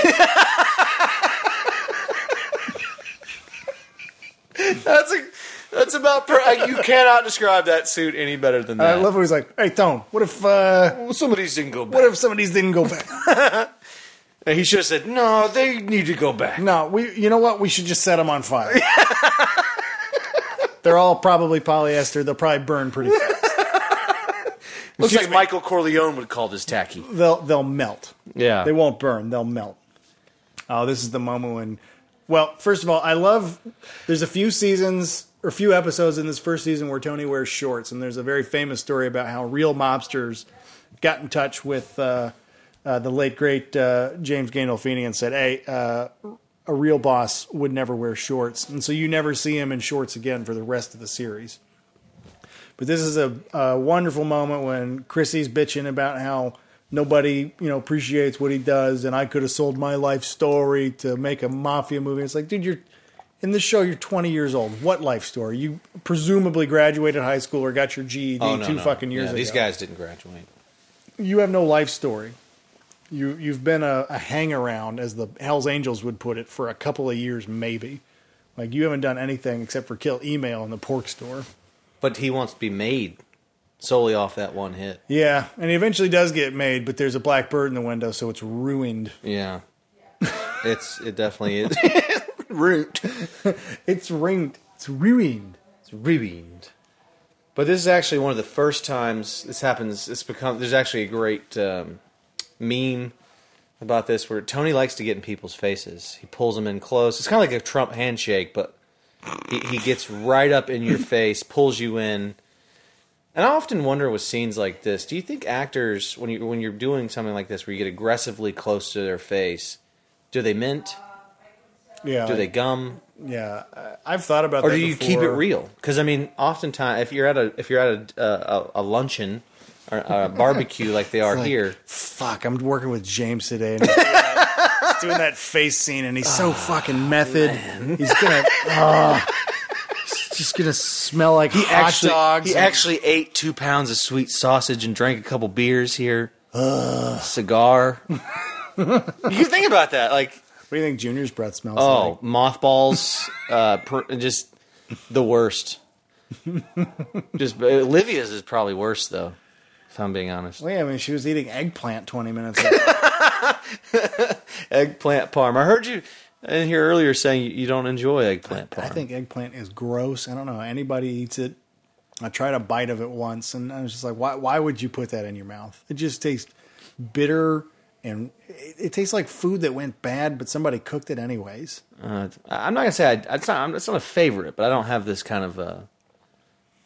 that's a, that's about per- you cannot describe that suit any better than
I love when he's like, "Hey, Tone, what if uh,
somebody's didn't go back.
what if some of these didn't go back?
he should have said, "No, they need to go back."
No, we. You know what? We should just set them on fire. They're all probably polyester. They'll probably burn pretty fast.
Looks like Michael Corleone would call this tacky.
They'll they'll melt.
Yeah.
They won't burn. They'll melt. Oh, this is the moment when. Well, first of all, I love. There's a few seasons or a few episodes in this first season where Tony wears shorts, and there's a very famous story about how real mobsters got in touch with uh, uh, the late great uh, James Gandolfini and said, "Hey, uh, a real boss would never wear shorts," and so you never see him in shorts again for the rest of the series. But this is a, a wonderful moment when Chrissy's bitching about how nobody, you know, appreciates what he does, and I could have sold my life story to make a mafia movie. It's like, dude, you're in this show. You're 20 years old. What life story? You presumably graduated high school or got your GED
Oh,
two fucking years
Yeah,
ago.
These guys didn't graduate.
you have no life story. You you've been a, a hang around, as the Hell's Angels would put it, for a couple of years, maybe. Like you haven't done anything except for kill email in the pork store.
But he wants to be made solely off that one hit.
Yeah, and he eventually does get made, but there's a black bird in the window, so it's ruined.
Yeah. it's it definitely is. Root.
It's ringed. It's ruined.
It's ruined. But this is actually one of the first times this happens. It's become there's actually a great um, meme about this where Tony likes to get in people's faces. He pulls them in close. It's kind of like a Trump handshake, but he, he gets right up in your face, pulls you in. And I often wonder with scenes like this, do you think actors when you when you're doing something like this where you get aggressively close to their face, do they mint?
Yeah.
Do they gum?
Yeah, I- I've thought about.
or
that
do you keep it
before.
real? Because I mean, oftentimes if you're at a if you're at a uh, a, a luncheon or a barbecue like they are
Like,
here,
Fuck, I'm working with James today, and he's doing that- he's doing that face scene, and he's so
Ah,
fucking method. He's gonna. ah, he's just gonna smell like hot dogs.
he
and-
actually ate two pounds of sweet sausage and drank a couple beers here. Cigar. you think about that, like
what do you think Junior's breath smells
oh
like?
mothballs, uh, per, just the worst. just but Olivia's is probably worse though. If I'm being honest,
Well, Oh, yeah, I mean, she was eating eggplant 20 minutes ago.
eggplant parm. I heard you in here earlier saying you, you don't enjoy eggplant parm.
I think eggplant is gross. I don't know how anybody eats it. I tried a bite of it once, and I was just like, "Why? Why would you put that in your mouth? It just tastes bitter, and it, it tastes like food that went bad, but somebody cooked it anyways."
Uh, I'm not gonna say I, it's not. I'm, it's not a favorite, but I don't have this kind of uh,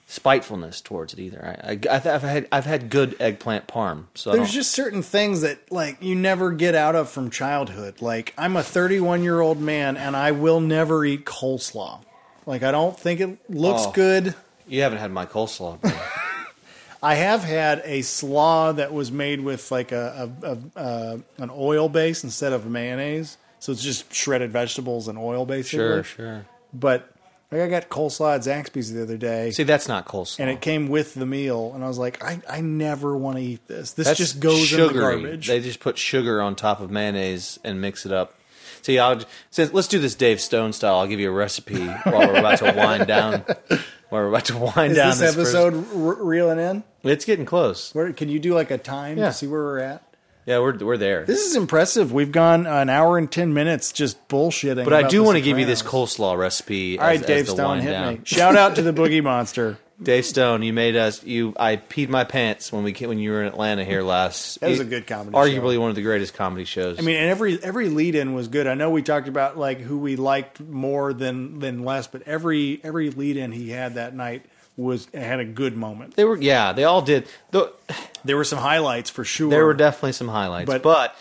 spitefulness towards it either. I, I, I've, I've had I've had good eggplant parm, so I
There's
don't-
just certain things that like you never get out of from childhood. Like I'm a 31 year old man, and I will never eat coleslaw. Like I don't think it looks
Oh.
good.
you haven't had my coleslaw. bro.
I have had a slaw that was made with like a, a, a, uh an oil base instead of mayonnaise, so it's just shredded vegetables and oil basically.
sure, sure.
But Like I got coleslaw at Zaxby's the other day,
See, that's not coleslaw.
and it came with the meal, and I was like, I, I never want to eat this. This
that's
just goes in the
sugary.
garbage.
They just put sugar on top of mayonnaise and mix it up. See, I'll since let's do this Dave Stone style. I'll give you a recipe while we're about to wind down. While we're about to wind
Is
down
this,
first-
episode re- reeling in?
It's getting close.
Where can you do like a time
Yeah.
to see where we're at?
Yeah, we're we're there.
This is impressive. We've gone an hour and ten minutes just bullshitting.
But I
about
do
The
want to give you this
Sopranos.
coleslaw recipe.
All right,
as,
Dave
as the
Stone,
wind
hit
down.
me. Shout out to the Boogie Monster.
Dave Stone, you made us. You, I peed my pants when we ca- when you were in Atlanta here last.
That was a good comedy
Arguably
show.
one of the greatest comedy shows.
I mean, and every every lead in was good. I know we talked about like who we liked more than than less, but every every lead in he had that night was had a good moment.
they were. Yeah, they all did. Though
There were some highlights for sure.
there were definitely some highlights.
But-
But,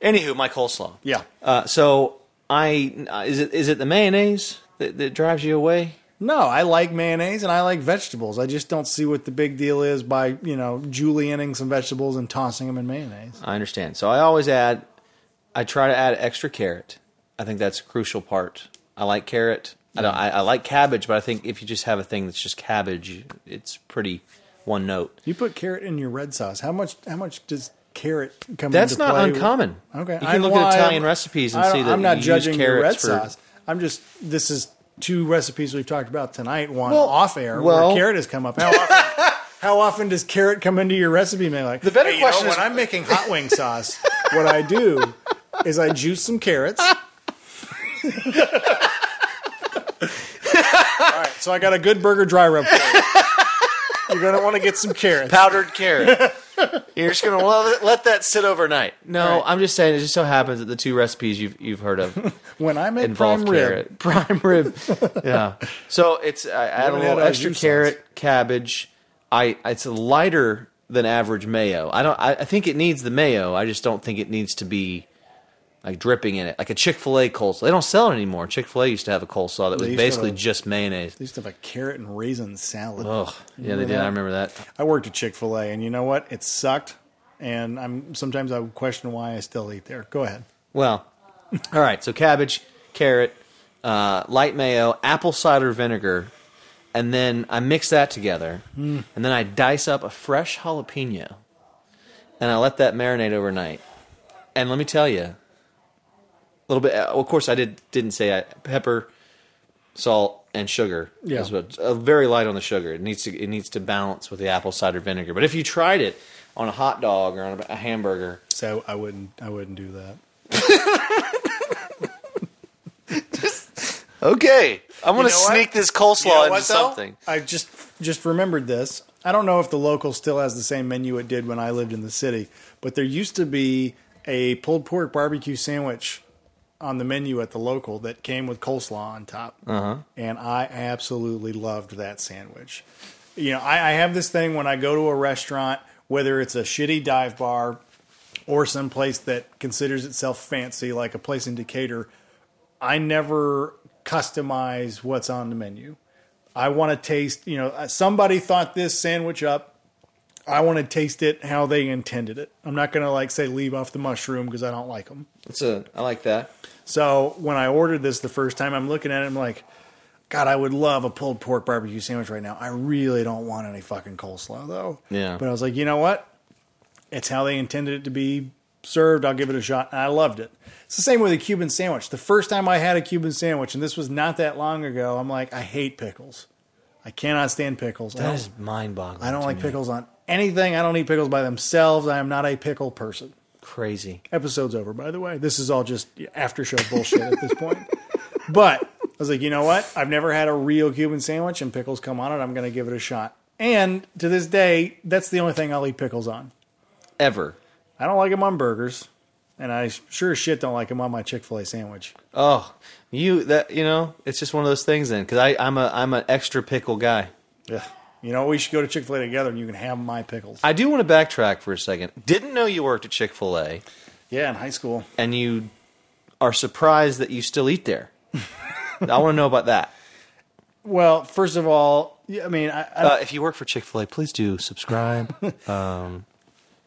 anywho, my coleslaw.
yeah.
Uh, so I uh, is it is it the mayonnaise that, that drives you away?
No, I like mayonnaise and I like vegetables. I just don't see what the big deal is by you know julienning some vegetables and tossing them in mayonnaise.
I understand. So I always add. I try to add extra carrot. I think that's a crucial part. I like carrot. I don't. I, I like cabbage, but I think if you just have a thing that's just cabbage, it's pretty one note.
You put carrot in your red sauce. How much? How much does carrot come?
That's
into
not
play?
uncommon.
Okay,
you can
I-
look
well,
at Italian
I'm-
recipes and
I don't-
see that
I'm not
you
judging
use
your
carrots
red
for,
sauce. I'm just this is two recipes we've talked about tonight. One
Well-
off air
well-
where carrot has come up. How often, how often does carrot come into your recipe? Man, like the
better
you know,
question is-
when I'm making hot wing sauce, what I do is I juice some carrots. All right, so I got a good burger dry rub for you. You're gonna want to get some carrots.
powdered carrot.
You're just gonna let, let that sit overnight.
No, I'm just saying it just so happens that the two recipes you've you've heard of
When I make
involve
prime
carrot,
rib,
prime rib. Yeah. So it's I add a
haven't had
little
our
extra
juice
carrot, cabbage. I it's lighter than average mayo. I don't. I, I think it needs the mayo. I just don't think it needs to be. Like dripping in it, like a Chick Fil A coleslaw. They don't sell it anymore. Chick Fil A used to have a coleslaw that was
used to
basically
have-
just mayonnaise.
they used to have a carrot and raisin salad.
Oh, yeah, they
Remember
did.
that?
I remember that.
I worked at Chick Fil A, and you know what? It sucked, and I'm sometimes I would question why I still eat there. Go ahead.
Well, all right. So cabbage, carrot, uh, light mayo, apple cider vinegar, and then I mix that together, and then I dice up a fresh jalapeno, and I let that marinate overnight. And let me tell you, a little bit. uh, Of course, I did didn't say I, pepper, salt, and sugar.
Yeah.
is what- uh, very light on the sugar. It needs to it needs to balance with the apple cider vinegar. But if you tried it on a hot dog or on a, a hamburger,
So I wouldn't, I wouldn't do that.
Okay, I'm gonna
You know what?
sneak this coleslaw
You know
into
what, though?
something.
I just just remembered this. I don't know if the local still has the same menu it did when I lived in the city, but there used to be a pulled pork barbecue sandwich on the menu at the local that came with coleslaw on top,
Uh-huh.
and I absolutely loved that sandwich. You know, I, I have this thing when I go to a restaurant, whether it's a shitty dive bar or some place that considers itself fancy, like a place in Decatur. I never customize what's on the menu. I want to taste, you know, uh, somebody thought this sandwich up. I want to taste it how they intended it. I'm not going to like say leave off the mushroom because I don't like them.
It's a I like that.
So when I ordered this the first time, I'm looking at it, I'm like, God, I would love a pulled pork barbecue sandwich right now. I really don't want any fucking coleslaw though.
Yeah.
But I was like, you know what? It's how they intended it to be served. I'll give it a shot. And I loved it. It's the same with a Cuban sandwich. The first time I had a Cuban sandwich, and this was not that long ago, I'm like, I hate pickles. I cannot stand pickles. I
That
don't-
is mind boggling.
I don't like pickles on anything. I don't eat pickles by themselves. I am not a pickle person.
Crazy.
Episode's over, by the way. This is all just after show bullshit at this point. But I was like, you know what? I've never had a real Cuban sandwich, and pickles come on it. I'm going to give it a shot. And to this day, that's the only thing I'll eat pickles on.
Ever.
I don't like them on burgers, and I sure as shit don't like them on my Chick Fil A sandwich.
Oh, you that you know it's just one of those things then because I I'm a I'm an extra pickle guy.
Yeah. You know, we should go to Chick Fil A together, and you can have my pickles.
I do want to backtrack for a second. Didn't know you worked at Chick Fil A,
yeah, in high school.
and you are surprised that you still eat there. I want to know about that.
Well, first of all, yeah, I mean, I, I
Uh, if you work for Chick Fil A, please do subscribe.
I,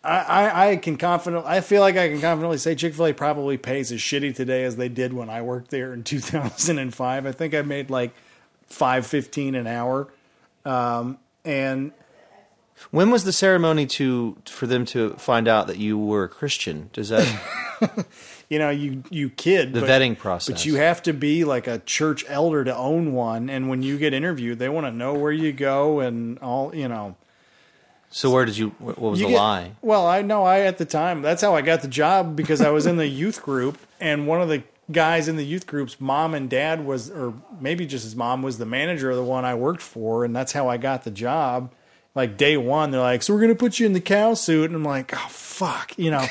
I, I can confidently, I feel like I can confidently say Chick Fil A probably pays as shitty today as they did when I worked there in 2005. I think I made like five fifteen an hour, um, and
When was the ceremony to for them to find out that you were a Christian? Does that
you know you you kid
the
but-
vetting process?
But you have to be like a church elder to own one, and when you get interviewed, they want to know where you go and all. You know,
so where did you? What was
you
the
get-
lie?
Well, I know I at the time. That's how I got the job because I was in the youth group, and one of the guys in the youth group's mom and dad was, or maybe just his mom was the manager of the one I worked for, and that's how I got the job. Like day one, they're like, "So we're gonna put you in the cow suit," and I'm like, "Oh fuck," you know.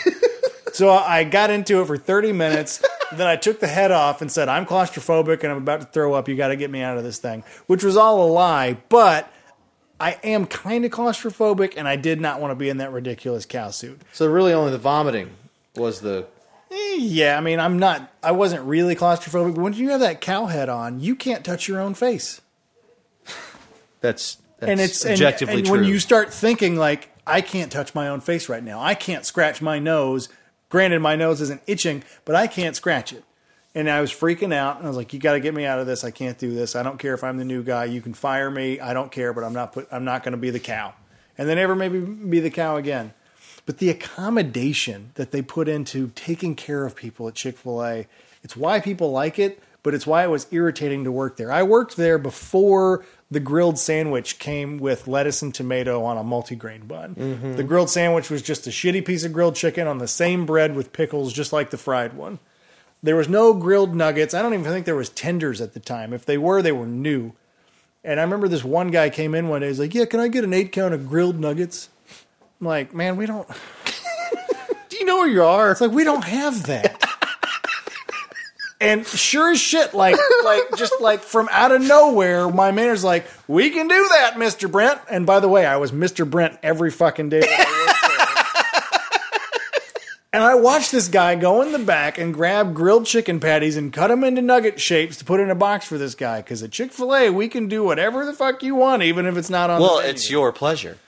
so I got into it for 30 minutes. then I took the head off and said, "I'm claustrophobic and I'm about to throw up. You got to get me out of this thing," which was all a lie, but. I am kind of claustrophobic, and I did not want to be in that ridiculous cow suit.
So really, only the vomiting was the.
Eh, Yeah, I mean, I'm not. I wasn't really claustrophobic. But when you have that cow head on, you can't touch your own face,
That's, that's
and it's and-
objectively
and,
true.
when you start thinking like, I can't touch my own face right now. I can't scratch my nose. Granted, my nose isn't itching, but I can't scratch it. And I was freaking out, and I was like, "You got to get me out of this. I can't do this. I don't care if I'm the new guy. You can fire me. I don't care, but I'm not. Put, I'm not going to be the cow." And they never maybe be the cow again. But the accommodation that they put into taking care of people at Chick fil A, it's why people like it, but it's why it was irritating to work there. I worked there before the grilled sandwich came with lettuce and tomato on a multigrain bun. The grilled sandwich was just a shitty piece of grilled chicken on the same bread with pickles, just like the fried one. There was no grilled nuggets. I don't even think there was tenders at the time. If they were, they were new. And I remember this one guy came in one day. He's like, "Yeah, can I get an eight count of grilled nuggets?" I'm like, "Man, we don't."
do you know where you are?
It's like we don't have that. and sure as shit, like like just like from out of nowhere, my manager's like, "We can do that, Mister Brent." And by the way, I was Mister Brent every fucking day. that I worked there. And I watched this guy go in the back and grab grilled chicken patties and cut them into nugget shapes to put in a box for this guy. Because at Chick Fil A, we can do whatever the fuck you want, even if it's not on.
Well,
the menu.
it's your pleasure.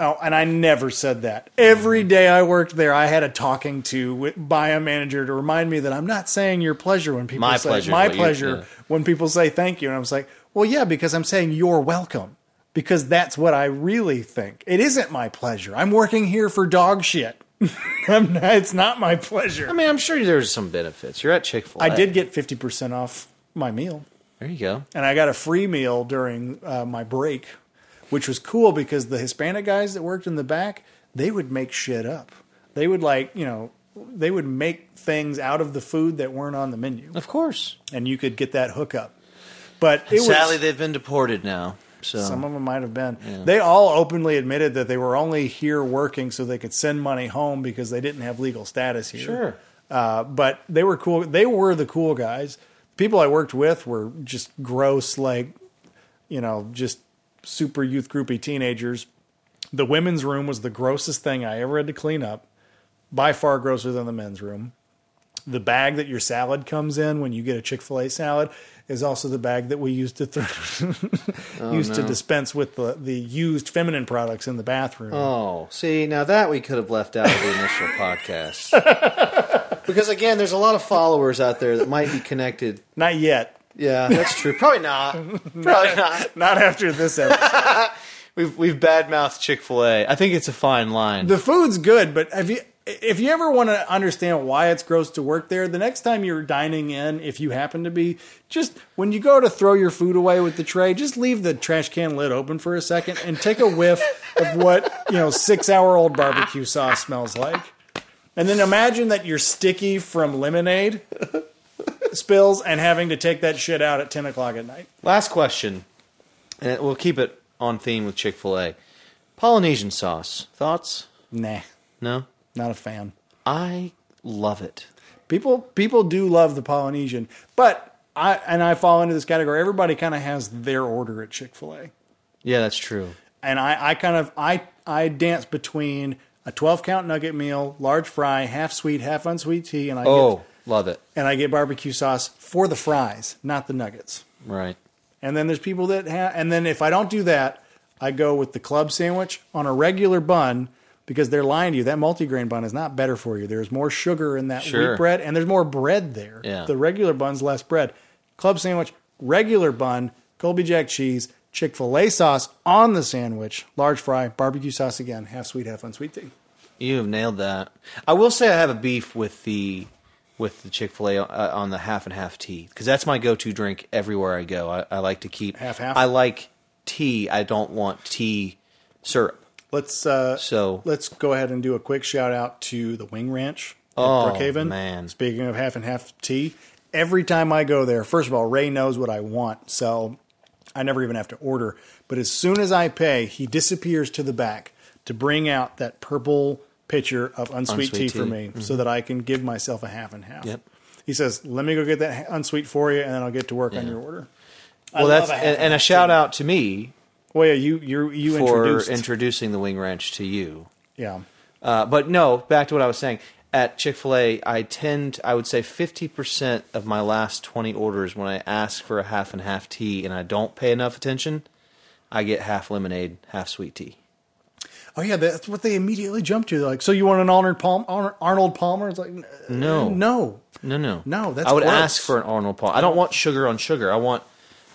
Oh, and I never said that. Every day I worked there, I had a talking to wi- by a manager to remind me that I'm not saying your pleasure when people
My
say
pleasure is
my
what you-
pleasure
yeah.
when people say thank you, and I was like, well, yeah, because I'm saying you're welcome because that's what I really think. It isn't my pleasure. I'm working here for dog shit. I'm not, it's not my pleasure.
I mean, I'm sure there's some benefits. You're at Chick Fil A.
I did get fifty percent off my meal
There you go.
and I got a free meal during uh, my break, which was cool because the Hispanic guys that worked in the back they would make shit up. They would like you know they would make things out of the food that weren't on the menu,
Of course.
and you could get that hookup. But it
Sadly,
was
they've been deported now. So
some of them might have been. They all openly admitted that they were only here working so they could send money home because they didn't have legal status here.
Sure.
Uh, but they were cool. They were the cool guys. people I worked with were just gross, like, you know, just super youth groupy teenagers. The women's room was the grossest thing I ever had to clean up, by far grosser than the men's room. The bag that your salad comes in when you get a Chick fil A salad is also the bag that we used to th- used to dispense with the, the used feminine products in the bathroom.
Oh, see, now that we could have left out of the initial podcast. Because again, there's a lot of followers out there that might be connected.
Not yet.
Yeah, that's true. Probably not. Probably not.
Not after this episode.
We've we've badmouthed Chick Fil A. I think it's a fine line.
the food's good, but if you if you ever want to understand why it's gross to work there, the next time you're dining in, if you happen to be, just when you go to throw your food away with the tray, just leave the trash can lid open for a second and take a whiff of what you know six hour old barbecue sauce smells like, and then imagine that you're sticky from lemonade spills and having to take that shit out at ten o'clock at night.
Last question, and we'll keep it on theme with Chick Fil A. Polynesian sauce thoughts?
Nah,
No,
not a fan.
I love it.
people people do love the Polynesian, but I and I fall into this category. Everybody kind of has their order at Chick Fil A,
Yeah, that's true.
and I I kind of I I dance between a twelve count nugget meal, large fry, half sweet, half unsweet tea, and I
Oh,
get,
love it.
and I get barbecue sauce for the fries, not the nuggets.
Right.
And then there's people that have, and then if I don't do that, I go with the club sandwich on a regular bun because they're lying to you. That multigrain bun is not better for you. There's more sugar in that
Sure.
wheat bread, and there's more bread there.
Yeah.
The regular bun's less bread. Club sandwich, regular bun, Colby Jack cheese, Chick fil A sauce on the sandwich, large fry, barbecue sauce again, half sweet, half unsweet tea.
You have nailed that. I will say I have a beef with the with the Chick Fil A uh, on the half and half tea because that's my go to drink everywhere I go. I, I like to keep
Half, half?
I like tea. I don't want tea syrup.
Let's uh,
So-
let's go ahead and do a quick shout out to the Wing Ranch in
Oh,
Brookhaven.
man.
speaking of half and half tea, every time I go there, first of all, Ray knows what I want, so I never even have to order. But as soon as I pay, he disappears to the back to bring out that purple pitcher of unsweet,
Unsweet
tea, for
tea. Mm-hmm.
me, so that I can give myself a half and half.
Yep.
He says, "Let me go get that unsweet for you, and then I'll get to work on your order." I
Well,
love
that's
half
and, and a
half
shout
tea.
out to me
Well, yeah, you you you
for
introduced,
introducing the Wing Ranch to you.
yeah.
Uh, but no, back to what I was saying. At Chick Fil A, I tend, I would say, fifty percent of my last twenty orders when I ask for a half and half tea, and I don't pay enough attention, I get half lemonade, half sweet tea.
Oh yeah, that's what they immediately jump to. They're like, so you want an Arnold Palmer? Ar- Arnold Palmer? It's like, n-
No.
no.
No, no,
No, that's
I would
gross.
ask for an Arnold Palmer. I don't want sugar on sugar. I want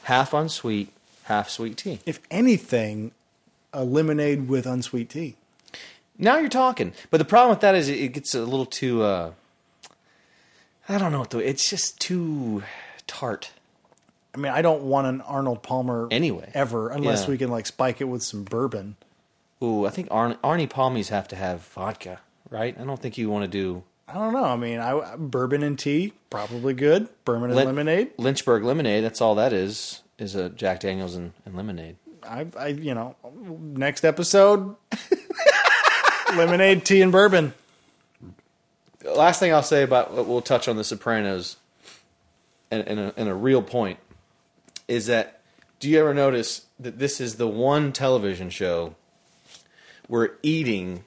half on sweet, half sweet tea.
If anything, a lemonade with unsweet tea.
Now you're talking. But the problem with that is it it gets a little too. Uh, I don't know what the. It's just too tart.
I mean, I don't want an Arnold Palmer
Anyway.
ever, unless
Yeah.
we can like spike it with some bourbon.
Ooh, I think Arn- Arnie Palmies have to have vodka, right? I don't think you want to do
I don't know. I mean, I bourbon and tea probably good. Bourbon and
Lin-
lemonade.
Lynchburg lemonade. That's all that is is a Jack Daniels and, and lemonade.
I, I, you know, next episode, lemonade, tea, and bourbon.
Last thing I'll say about we'll touch on the Sopranos, and and a, and a real point is that do you ever notice that this is the one television show where eating,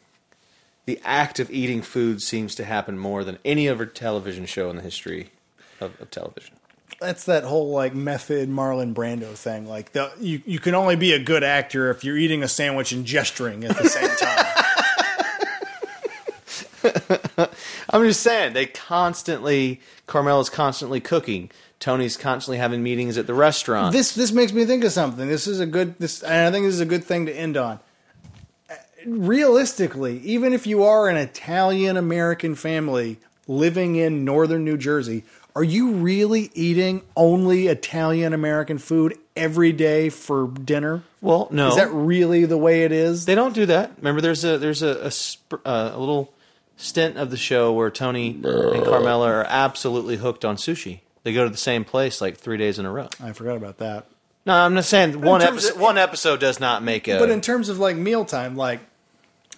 the act of eating food, seems to happen more than any other television show in the history of, of television.
that's that whole like method Marlon Brando thing. Like the you, you can only be a good actor if you're eating a sandwich and gesturing at the same time.
I'm just saying they constantly Carmelo's constantly cooking. Tony's constantly having meetings at the restaurant.
this this makes me think of something. This is a good this and I think this is a good thing to end on. Uh, Realistically, even if you are an Italian American family living in northern New Jersey, are you really eating only Italian American food every day for dinner?
well, no,
Is that really the way it is?
they don't do that. Remember, there's a there's a a, sp- uh, a little stint of the show where Tony and Carmela are absolutely hooked on sushi. They go to the same place like three days in a row.
I forgot about that.
No, I'm not saying one
terms
episode.
of-
one episode does not make a.
But in terms of like mealtime, like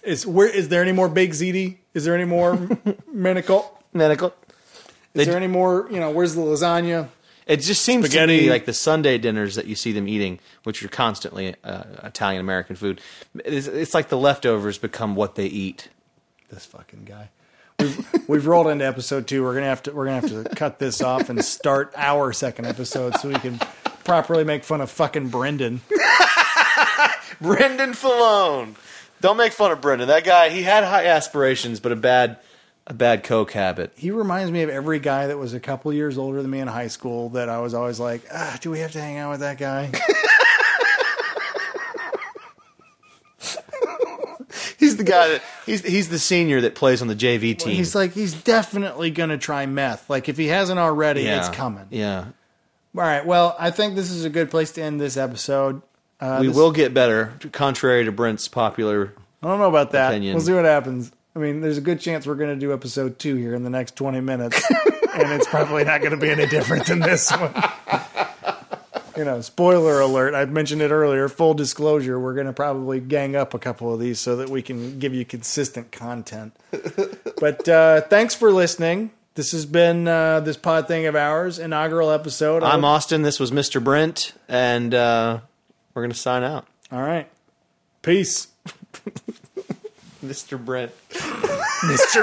is where is there any more baked ziti? Is there any more manicotti?
medical,
Is
They-
there any more? You know, where's the lasagna?
it just seems to
Spaghetti.
me like the Sunday dinners that you see them eating, which are constantly uh, Italian American food. It's, it's like the leftovers become what they eat.
This fucking guy. We've, we've rolled into episode two. We're gonna have to we're gonna have to cut this off and start our second episode so we can properly make fun of fucking Brendan.
Brendan Falone. Don't make fun of Brendan. That guy, he had high aspirations, but a bad, a bad coke habit.
He reminds me of every guy that was a couple years older than me in high school that I was always like, ah, do we have to hang out with that guy?
He's the guy that he's he's the senior that plays on the JV team.
He's like, he's definitely gonna try meth. Like if he hasn't already,
yeah.
it's coming.
Yeah,
All right. Well, I think this is a good place to end this episode. Uh,
we
this-
will get better, contrary to Brent's popular.
I don't know about that.
Opinion.
We'll see what happens. I mean, there's a good chance we're going to do episode two here in the next 20 minutes, and it's probably not going to be any different than this one. you know, spoiler alert. I mentioned it earlier. Full disclosure: we're going to probably gang up a couple of these so that we can give you consistent content. but uh, thanks for listening. This has been uh, this pod thing of ours inaugural episode.
I'm Austin. This was Mr. Brent, and uh, we're gonna sign out.
All right. Peace.
Mr. Brent.
Mr.